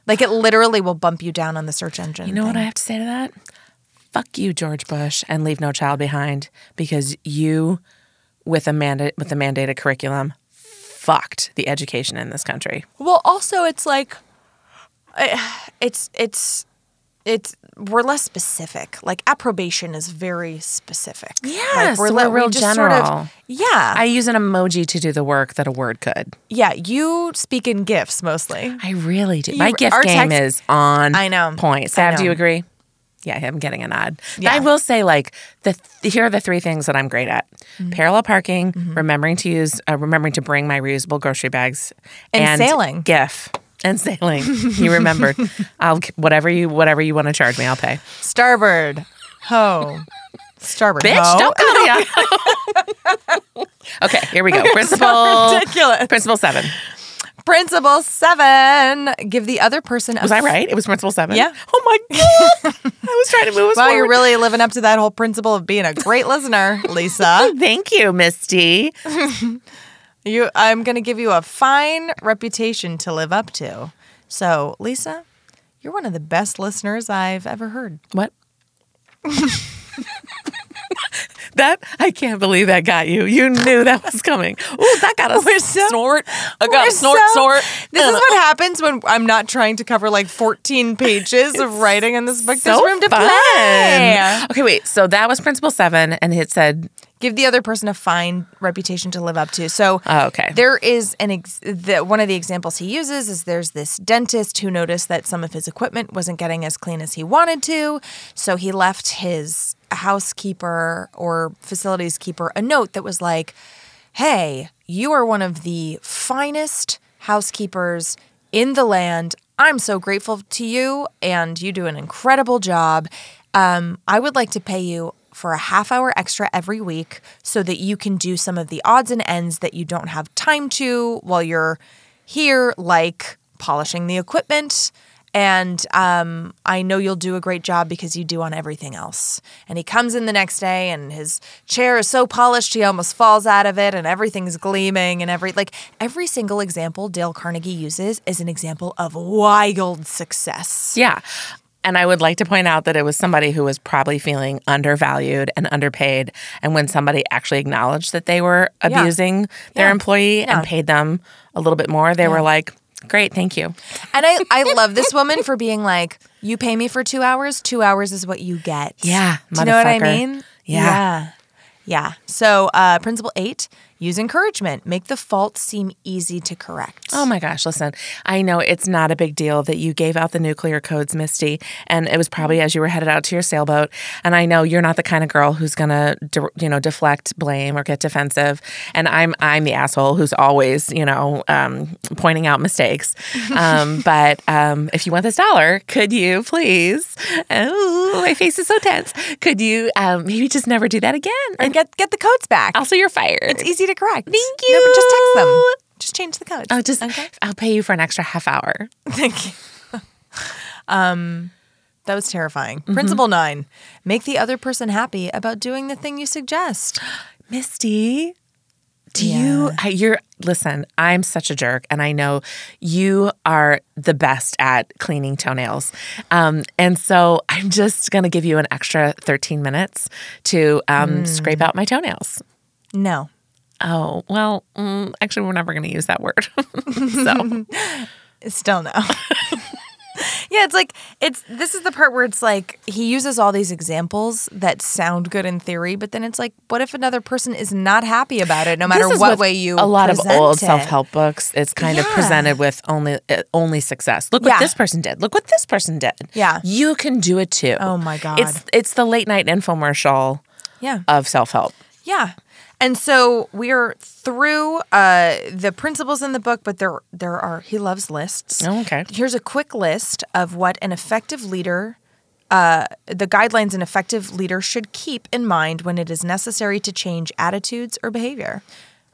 S2: Like it literally will bump you down on the search engine.
S1: You know what
S2: thing.
S1: I have to say to that? Fuck you, George Bush, and leave no child behind because you, with a mandate with a mandated curriculum, fucked the education in this country.
S2: Well, also it's like I- it's it's it's we're less specific. Like approbation is very specific.
S1: Yes,
S2: le-
S1: we're real
S2: just
S1: general.
S2: yeah,
S1: I use an emoji to do the work that a word could.
S2: yeah. You speak in gifts mostly.
S1: I really do. My
S2: You-
S1: gift
S2: our
S1: game
S2: text-
S1: is on
S2: I know.
S1: point.
S2: I
S1: Sav, do
S2: know.
S1: you agree? Yeah, I'm getting a nod. But I
S2: Yeah.
S1: will say, like, the th- here are the three things that I'm great at:
S2: Mm-hmm.
S1: parallel parking, remembering to use, uh, remembering to bring my reusable grocery bags,
S2: And sailing.
S1: GIF and sailing. you remembered. I'll whatever you whatever you want to charge me, I'll pay.
S2: Starboard, ho, starboard,
S1: Bitch,
S2: ho.
S1: don't call me out. okay, here we go. Principle
S2: ridiculous.
S1: Principle seven.
S2: Principle seven: Give the other person.
S1: Was I right? It was principle seven.
S2: Yeah.
S1: Oh my god. I was trying to move us
S2: Wow,
S1: forward.
S2: you're really living up to that whole principle of being a great listener, Lisa.
S1: Thank you, Misty.
S2: You, I'm going to give you a fine reputation to live up to. So, Lisa, you're one of the best listeners I've ever heard.
S1: What? that I can't believe that got you. You knew that was coming. Ooh, that got us.
S3: Snort. I got a
S2: We're
S3: snort,
S2: so-
S3: snort.
S2: This is what happens when I'm not trying to cover like 14 pages of writing in this book. There's room to
S1: fun.
S2: play.
S1: Okay, wait. So that was principle seven, and it said
S2: give the other person a fine reputation to live up to. So
S1: Oh, okay.
S2: there is an ex- the, one of the examples he uses is there's this dentist who noticed that some of his equipment wasn't getting as clean as he wanted to, so he left his housekeeper or facilities keeper a note that was like, "Hey, you are one of the finest housekeepers in the land. I'm so grateful to you, and you do an incredible job. Um, I would like to pay you for a half hour extra every week so that you can do some of the odds and ends that you don't have time to while you're here, like polishing the equipment. And um, I know you'll do a great job because you do on everything else. And he comes in the next day, and his chair is so polished he almost falls out of it, and everything's gleaming. And every like every single example Dale Carnegie uses is an example of wild success.
S1: Yeah. And I would like to point out that it was somebody who was probably feeling undervalued and underpaid. And when somebody actually acknowledged that they were
S2: Yeah.
S1: abusing their
S2: Yeah.
S1: employee
S2: Yeah.
S1: and paid them a little bit more, they were like, great, thank you.
S2: And I, I love this woman for being like, you pay me for two hours, two hours is what you get.
S1: Yeah,
S2: Do you know what I
S1: motherfucker.
S2: mean?
S1: Yeah.
S2: Yeah. Yeah. So, uh, principle eight use encouragement, make the fault seem easy to correct.
S1: Oh my gosh, listen, I know it's not a big deal that you gave out the nuclear codes, Misty, and it was probably as you were headed out to your sailboat. And I know you're not the kind of girl who's going to, you know, deflect blame or get defensive. And I'm I'm the asshole who's always, you know, um, pointing out mistakes. Um, but um, if you want this dollar, could you please? Oh, my face is so tense. Could you um, maybe just never do that again? And
S2: and get, get the codes back.
S1: also, you're fired. It's
S2: easy to correct.
S1: Thank
S2: No, but just text them.
S1: you.
S2: Just change the code.
S1: Oh, just I'll pay you for an extra half hour.
S2: Thank you. um, that was terrifying.
S1: Mm-hmm.
S2: Principle nine make the other person happy about doing the thing you suggest.
S1: Misty, do you I, you're listen, I'm such a jerk and I know you are the best at cleaning toenails. Um and so I'm just going to give you an extra 13 minutes to um scrape out my toenails.
S2: No.
S1: Oh, well, mm, actually we're never going to use that word. so,
S2: Still no. yeah, it's like it's this is the part where it's like he uses all these examples that sound good in theory, but then it's like, what if another person is not happy about it, no matter
S1: This is
S2: what
S1: with
S2: way you
S1: a lot of
S2: present
S1: old
S2: it?
S1: self-help books it's kind of
S2: Yeah.
S1: presented with only uh, only success look
S2: Yeah.
S1: what this person did look what this person did
S2: Yeah.
S1: you can do it too
S2: Oh my God.
S1: it's it's the late night infomercial
S2: Yeah.
S1: of self-help
S2: Yeah. And so we are through uh, the principles in the book, but there there are he loves lists.
S1: Oh, okay.
S2: Here's a quick list of what an effective leader uh, the guidelines an effective leader should keep in mind when it is necessary to change attitudes or behavior.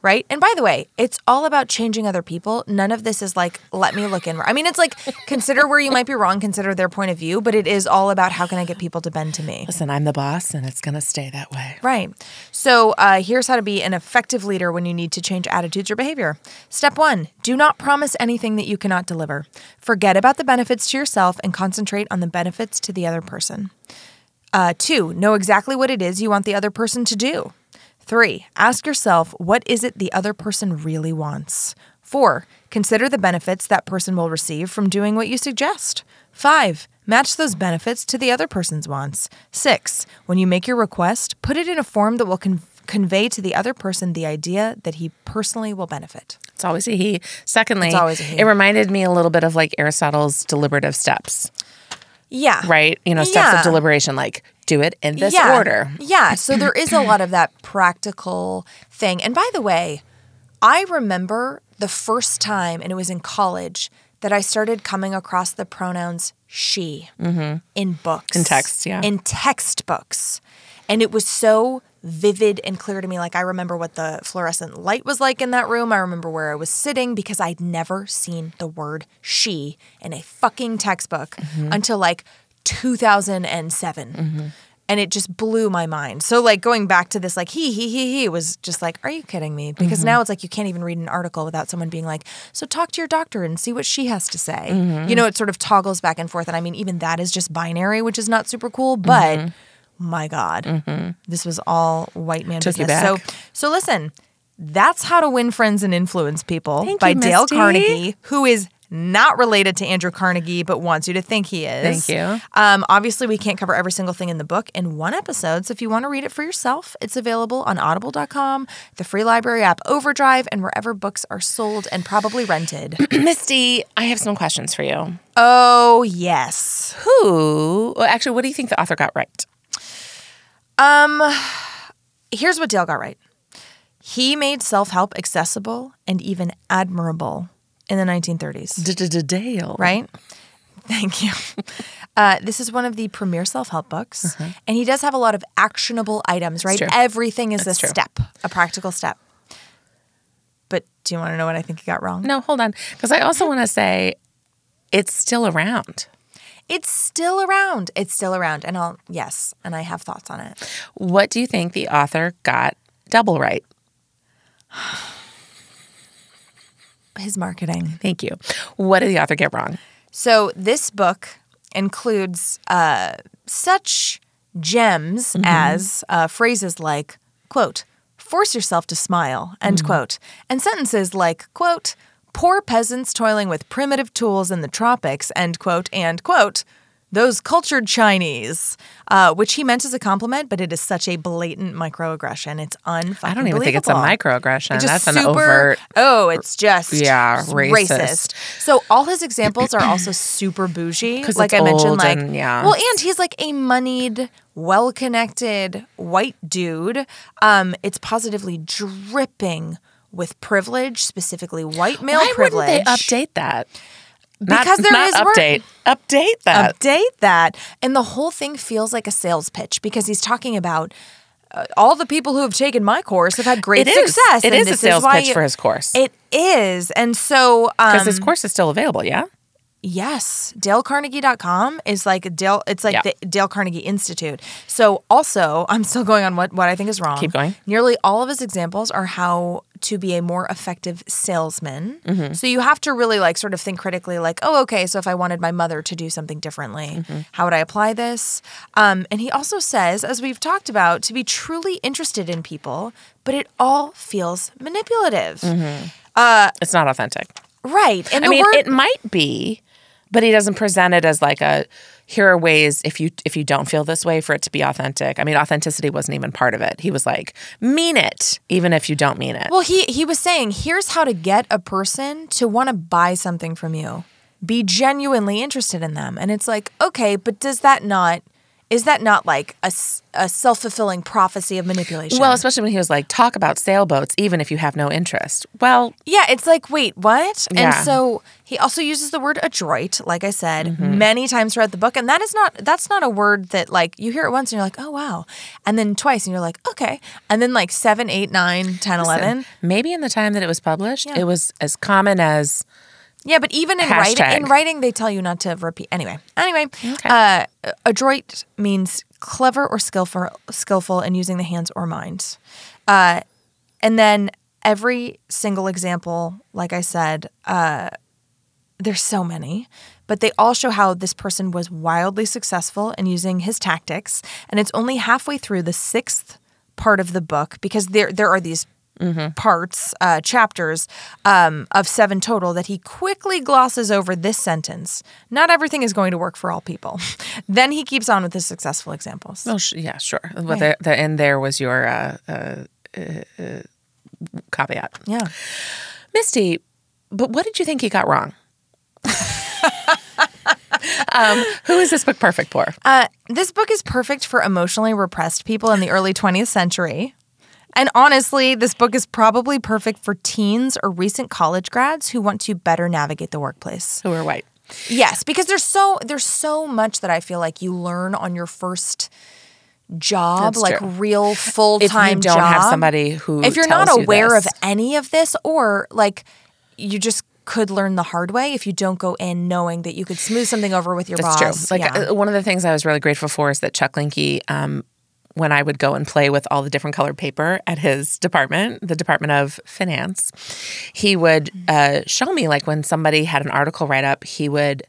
S2: Right? And by the way, it's all about changing other people. None of this is like, let me look inward. I mean, it's like consider where you might be wrong, consider their point of view, but it is all about how can I get people to bend to me.
S1: listen i'm the boss and it's gonna stay that way
S2: Right. So uh, here's how to be an effective leader when you need to change attitudes or behavior. Step one do not promise anything that you cannot deliver. Forget about the benefits to yourself and concentrate on the benefits to the other person. Uh, two, know exactly what it is you want the other person to do. Three, ask yourself what is it the other person really wants. Four, consider the benefits that person will receive from doing what you suggest. Five, match those benefits to the other person's wants. Six, when you make your request, put it in a form that will con- convey to the other person the idea that he personally will benefit.
S1: it's always a he secondly
S2: It's always a he.
S1: it reminded me a little bit of like aristotle's deliberative steps
S2: Yeah.
S1: right you know steps
S2: Yeah.
S1: of deliberation like do it in this
S2: yeah.
S1: order
S2: Yeah. So there is a lot of that practical thing. And by the way, I remember the first time, and it was in college, that I started coming across the pronouns she in books, in
S1: Mm-hmm. text, yeah.
S2: in textbooks. And it was so vivid and clear to me. Like, I remember what the fluorescent light was like in that room. I remember where I was sitting because I'd never seen the word she in a fucking textbook
S1: Mm-hmm.
S2: until like 2007. And it just blew my mind. So, like, going back to this, like, he, he, he, he was just like, are you kidding me? Because
S1: Mm-hmm.
S2: now it's like you can't even read an article without someone being like, so talk to your doctor and see what she has to say.
S1: Mm-hmm.
S2: You know, it sort of toggles back and forth. And I mean, even that is just binary, which is not super cool, but
S1: Mm-hmm.
S2: my God, this was all white man
S1: Took you
S2: business.
S1: back.
S2: So, so listen, that's how to win friends and influence people
S1: Thank
S2: by
S1: you,
S2: Dale
S1: Misty.
S2: Carnegie, who is not related to Andrew Carnegie, but wants you to think he is.
S1: Thank you.
S2: Um, obviously, we can't cover every single thing in the book in one episode. So if you want to read it for yourself, it's available on audible.com, the free library app Overdrive, and wherever books are sold and probably rented.
S1: Misty, I have some questions for you.
S2: oh, yes.
S1: Who, well, actually, what do you think the author got right?
S2: Here's what Dale got right he made self help accessible and even admirable in the 1930s.
S1: Dale.
S2: right? Thank you. Uh, this is one of the premier self help books, and he does have a lot of actionable items, right?
S1: Mm-hmm. true.
S2: Everything is a
S1: true.
S2: step, a practical step. But do you want to know what I think he got wrong?
S1: No, hold on. Because I also want to say it's still around.
S2: It's still around. It's still around. And I'll, yes, and I have thoughts on it.
S1: What do you think the author got double right?
S2: His marketing.
S1: Thank you. What did the author get wrong?
S2: So this book includes uh, such gems
S1: Mm-hmm.
S2: as uh, phrases like quote force yourself to smile end
S1: Mm.
S2: quote and sentences like quote poor peasants toiling with primitive tools in the tropics end quote and quote those cultured chinese uh, which he meant as a compliment but it is such a blatant microaggression it's un
S1: I don't even think it's a microaggression.
S2: it's
S1: That's
S2: just
S1: an
S2: super-
S1: overt.
S2: Oh, it's just
S1: Yeah,
S2: s-
S1: racist.
S2: So all his examples are also super bougie.
S1: 'Cause
S2: Like
S1: it's
S2: I mentioned,
S1: old
S2: like
S1: and- yeah.
S2: well, and he's like a moneyed, well-connected white dude. Um, it's positively dripping with privilege, specifically white male
S1: Why
S2: privilege.
S1: wouldn't they update that?
S2: Because there
S1: there is
S2: is work-
S1: update. Update that.
S2: update that. And the whole thing feels like a sales pitch because he's talking about uh, all the people who have taken my course have had great
S1: It is.
S2: success.
S1: It
S2: and
S1: is a
S2: this
S1: sales
S2: why
S1: pitch
S2: you-
S1: for his course.
S2: It is. And so um,
S1: Because his course is still available, yeah?
S2: Yes, dalecarnegie.com is like Dale it's like
S1: Yeah.
S2: the Dale Carnegie Institute. So also, I'm still going on what what I think is wrong.
S1: Keep going.
S2: Nearly all of his examples are how to be a more effective salesman.
S1: Mm-hmm.
S2: So you have to really like sort of think critically like, "Oh, okay, so if I wanted my mother to do something differently,
S1: Mm-hmm.
S2: how would I apply this?" Um, and he also says as we've talked about to be truly interested in people, but it all feels manipulative.
S1: It's not authentic.
S2: Right. And
S1: Mm-hmm. I
S2: the
S1: mean,
S2: word
S1: it might be, but he doesn't present it as like a here are ways if you if you don't feel this way for it to be authentic. I mean, authenticity wasn't even part of it. He was like, mean it, even if you don't mean it.
S2: Well, he he was saying, here's how to get a person to want to buy something from you. Be genuinely interested in them. And it's like, okay, but does that not is that not like a, s- a self-fulfilling prophecy of manipulation?
S1: Well, especially when he was like, talk about sailboats, even if you have no interest. Well,
S2: yeah, it's like, wait, what?
S1: Yeah.
S2: And so he also uses the word adroit, like I said,
S1: Mm-hmm.
S2: many times throughout the book. And that is not that's not a word that like you hear it once and you're like, oh wow. And then twice and you're like, okay. And then like seven, eight, nine, ten, eleven.
S1: maybe in the time that it was published,
S2: Yeah.
S1: it was as common as
S2: Yeah, but even in
S1: Hashtag.
S2: writing, in writing, they tell you not to repeat. Anyway, anyway, uh, adroit means clever or skillful, skillful in using the hands or mind. Uh, and then every single example, like I said, there's so many, but they all show how this person was wildly successful in using his tactics. And it's only halfway through the sixth part of the book because there there are these parts, uh, chapters um, of seven total that he quickly glosses over this sentence. Not everything is going to work for all people. then he keeps on with his successful examples.
S1: Oh, sh- yeah, sure. Well, the, the end there was your uh, uh, uh, uh, caveat.
S2: Yeah.
S1: Misty, but what did you think he got wrong? um, who is this book perfect for?
S2: Uh, this book is perfect for emotionally repressed people in the early 20th century. And honestly, this book is probably perfect for teens or recent college grads who want to better navigate the workplace.
S1: who are white?
S2: Yes, because there's so there's so much that I feel like you learn on your first job,
S1: That's
S2: like
S1: true.
S2: real full
S1: If
S2: time
S1: you don't have
S2: job.
S1: somebody who
S2: if you're
S1: tells
S2: not
S1: you
S2: aware
S1: this.
S2: of any of this, or like you just could learn the hard way if you don't go in knowing that you could smooth something over with your
S1: It's true.
S2: boss.
S1: Like
S2: Yeah.
S1: uh, one of the things I was really grateful for is that Chuck Linke, um, when I would go and play with all the different colored paper at his department, the Department of Finance, he would uh,
S2: Mm-hmm.
S1: show me like when somebody had an article write up, he would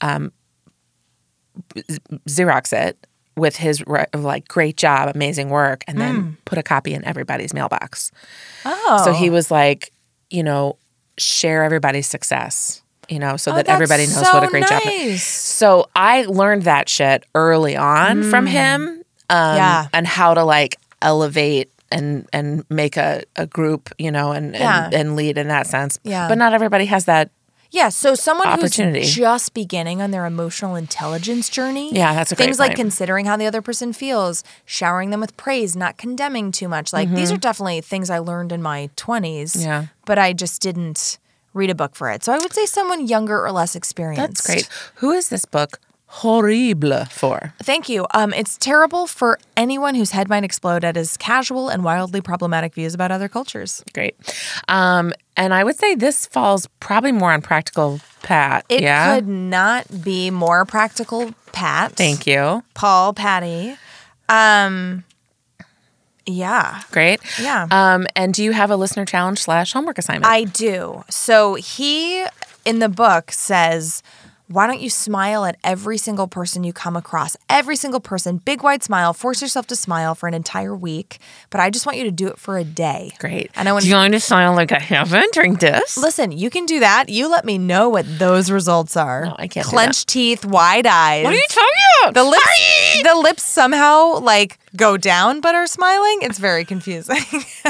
S1: um, z- Xerox it with his re- like great job, amazing work, and then put a copy in everybody's mailbox.
S2: Mm. oh,
S1: uh, So he was like, you know, share everybody's success. you know, so
S2: Oh,
S1: that
S2: that's
S1: everybody knows
S2: so
S1: what a great job.
S2: nice.
S1: So I learned that shit early on from him. Um,
S2: Mm. Yeah.
S1: And how to like elevate and and make a, a group, you know, and,
S2: Yeah.
S1: and and lead in that sense.
S2: Yeah.
S1: But not everybody has that.
S2: Yeah, so someone
S1: Opportunity.
S2: who's just beginning on their emotional intelligence journey.
S1: Yeah, that's a great
S2: things like
S1: point.
S2: considering how the other person feels, showering them with praise, not condemning too much. Like these are definitely things I learned in my twenties.
S1: Mm-hmm. Yeah.
S2: but I just didn't read a book for it. So I would say someone younger or less experienced.
S1: That's great. Who is this book horrible for?
S2: Thank you. Um, it's terrible for anyone whose head might explode at his casual and wildly problematic views about other cultures.
S1: Great. Um, and I would say this falls probably more on practical Pat.
S2: It
S1: yeah.
S2: could not be more practical, Pat.
S1: Thank you.
S2: Paul, Patty. Um, yeah,
S1: Great.
S2: Yeah.
S1: Um, and do you have a listener challenge slash homework assignment?
S2: I do. So he in the book says, why don't you smile at every single person you come across? Every single person, big wide smile. Force yourself to smile for an entire week, but I just want you to do it for a day.
S1: Great.
S2: And I want
S1: Do you want me to sound like I haven't drink this?
S2: Listen, you can do that. You let me know what those results are.
S1: No, I can't do
S2: Clenched teeth, wide eyes.
S1: What are you talking about?
S2: the lips, the lips somehow like go down but are smiling. It's very confusing.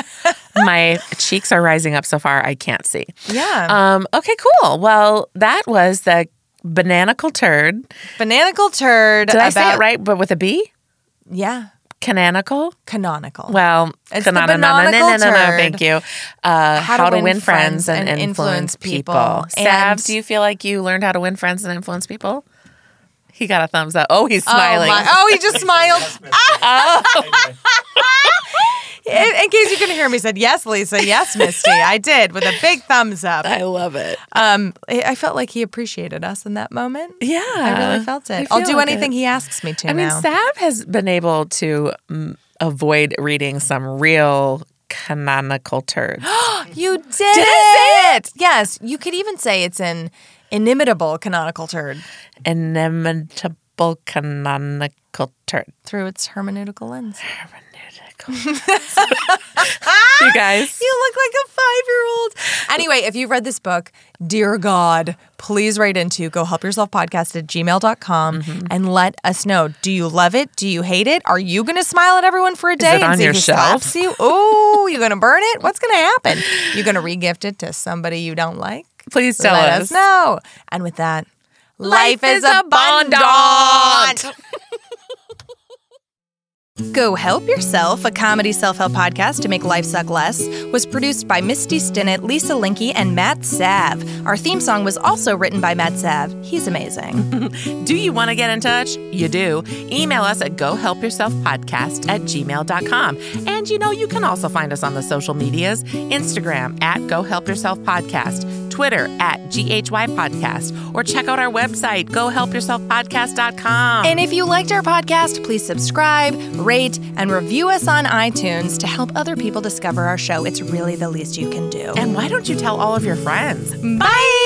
S1: My cheeks are rising up so far I can't see.
S2: yeah.
S1: Um, okay, cool. Well, that was the bananical turd.
S2: Bananical turd.
S1: Did I
S2: about,
S1: say it right? But with a B?
S2: Yeah.
S1: Canonical?
S2: Canonical.
S1: Well,
S2: It's the
S1: no, no, no, no,
S2: bananical
S1: no, no, no,
S2: turd.
S1: thank you. Uh, how, to, win, friends and, influence people.
S2: And-
S1: Sav, do you feel like you learned how to win friends and influence people? He got a thumbs up. Oh, he's smiling.
S2: Oh, my- oh, he just smiled. Ah! in, in case you couldn't hear me, said yes, Lisa. Yes, Misty. I did with a big thumbs up.
S1: I love it.
S2: Um, I I felt like he appreciated us in that moment.
S1: Yeah.
S2: I really felt
S1: I
S2: it. I'll
S1: feel
S2: do
S1: like
S2: anything
S1: it.
S2: he asks me to
S1: I mean,
S2: now.
S1: Sav has been able to mm, avoid reading some real canonical turds.
S2: you did, it! Yes, you could even say it's an inimitable canonical turd
S1: Inimitable canonical turd.
S2: through its hermeneutical lens.
S1: Hermeneutical. you guys.
S2: You look like a five year old. Anyway, if you've read this book, dear God, please write into go help yourself podcast at gmail.com
S1: Mm-hmm.
S2: and let us know. Do you love it? Do you hate it? Are you going to smile at everyone for a day
S1: it
S2: and
S1: on
S2: see
S1: your
S2: who
S1: shelf?
S2: slaps you? Oh, you're going to burn it? What's going to happen? You're going to regift it to somebody you don't like?
S1: Please tell
S2: let
S1: us.
S2: us know. And with that, life, is
S1: is abundant.
S2: abundant. Go Help Yourself, a comedy self help podcast to make life suck less, was produced by Misty Stinnett, Lisa Linky, and Matt Sav. Our theme song was also written by Matt Sav. He's amazing.
S1: Do you want to get in touch? You do. Email us at gohelpyourselfpodcast at gmail.com. And you know, you can also find us on the social medias Instagram at gohelpyourselfpodcast, Twitter at GHY Podcast, or check out our website, gohelpyourselfpodcast.com.
S2: and if you liked our podcast, please subscribe, rate, and review us on iTunes to help other people discover our show. It's really the least you can do.
S1: and why don't you tell all of your friends?
S2: Bye!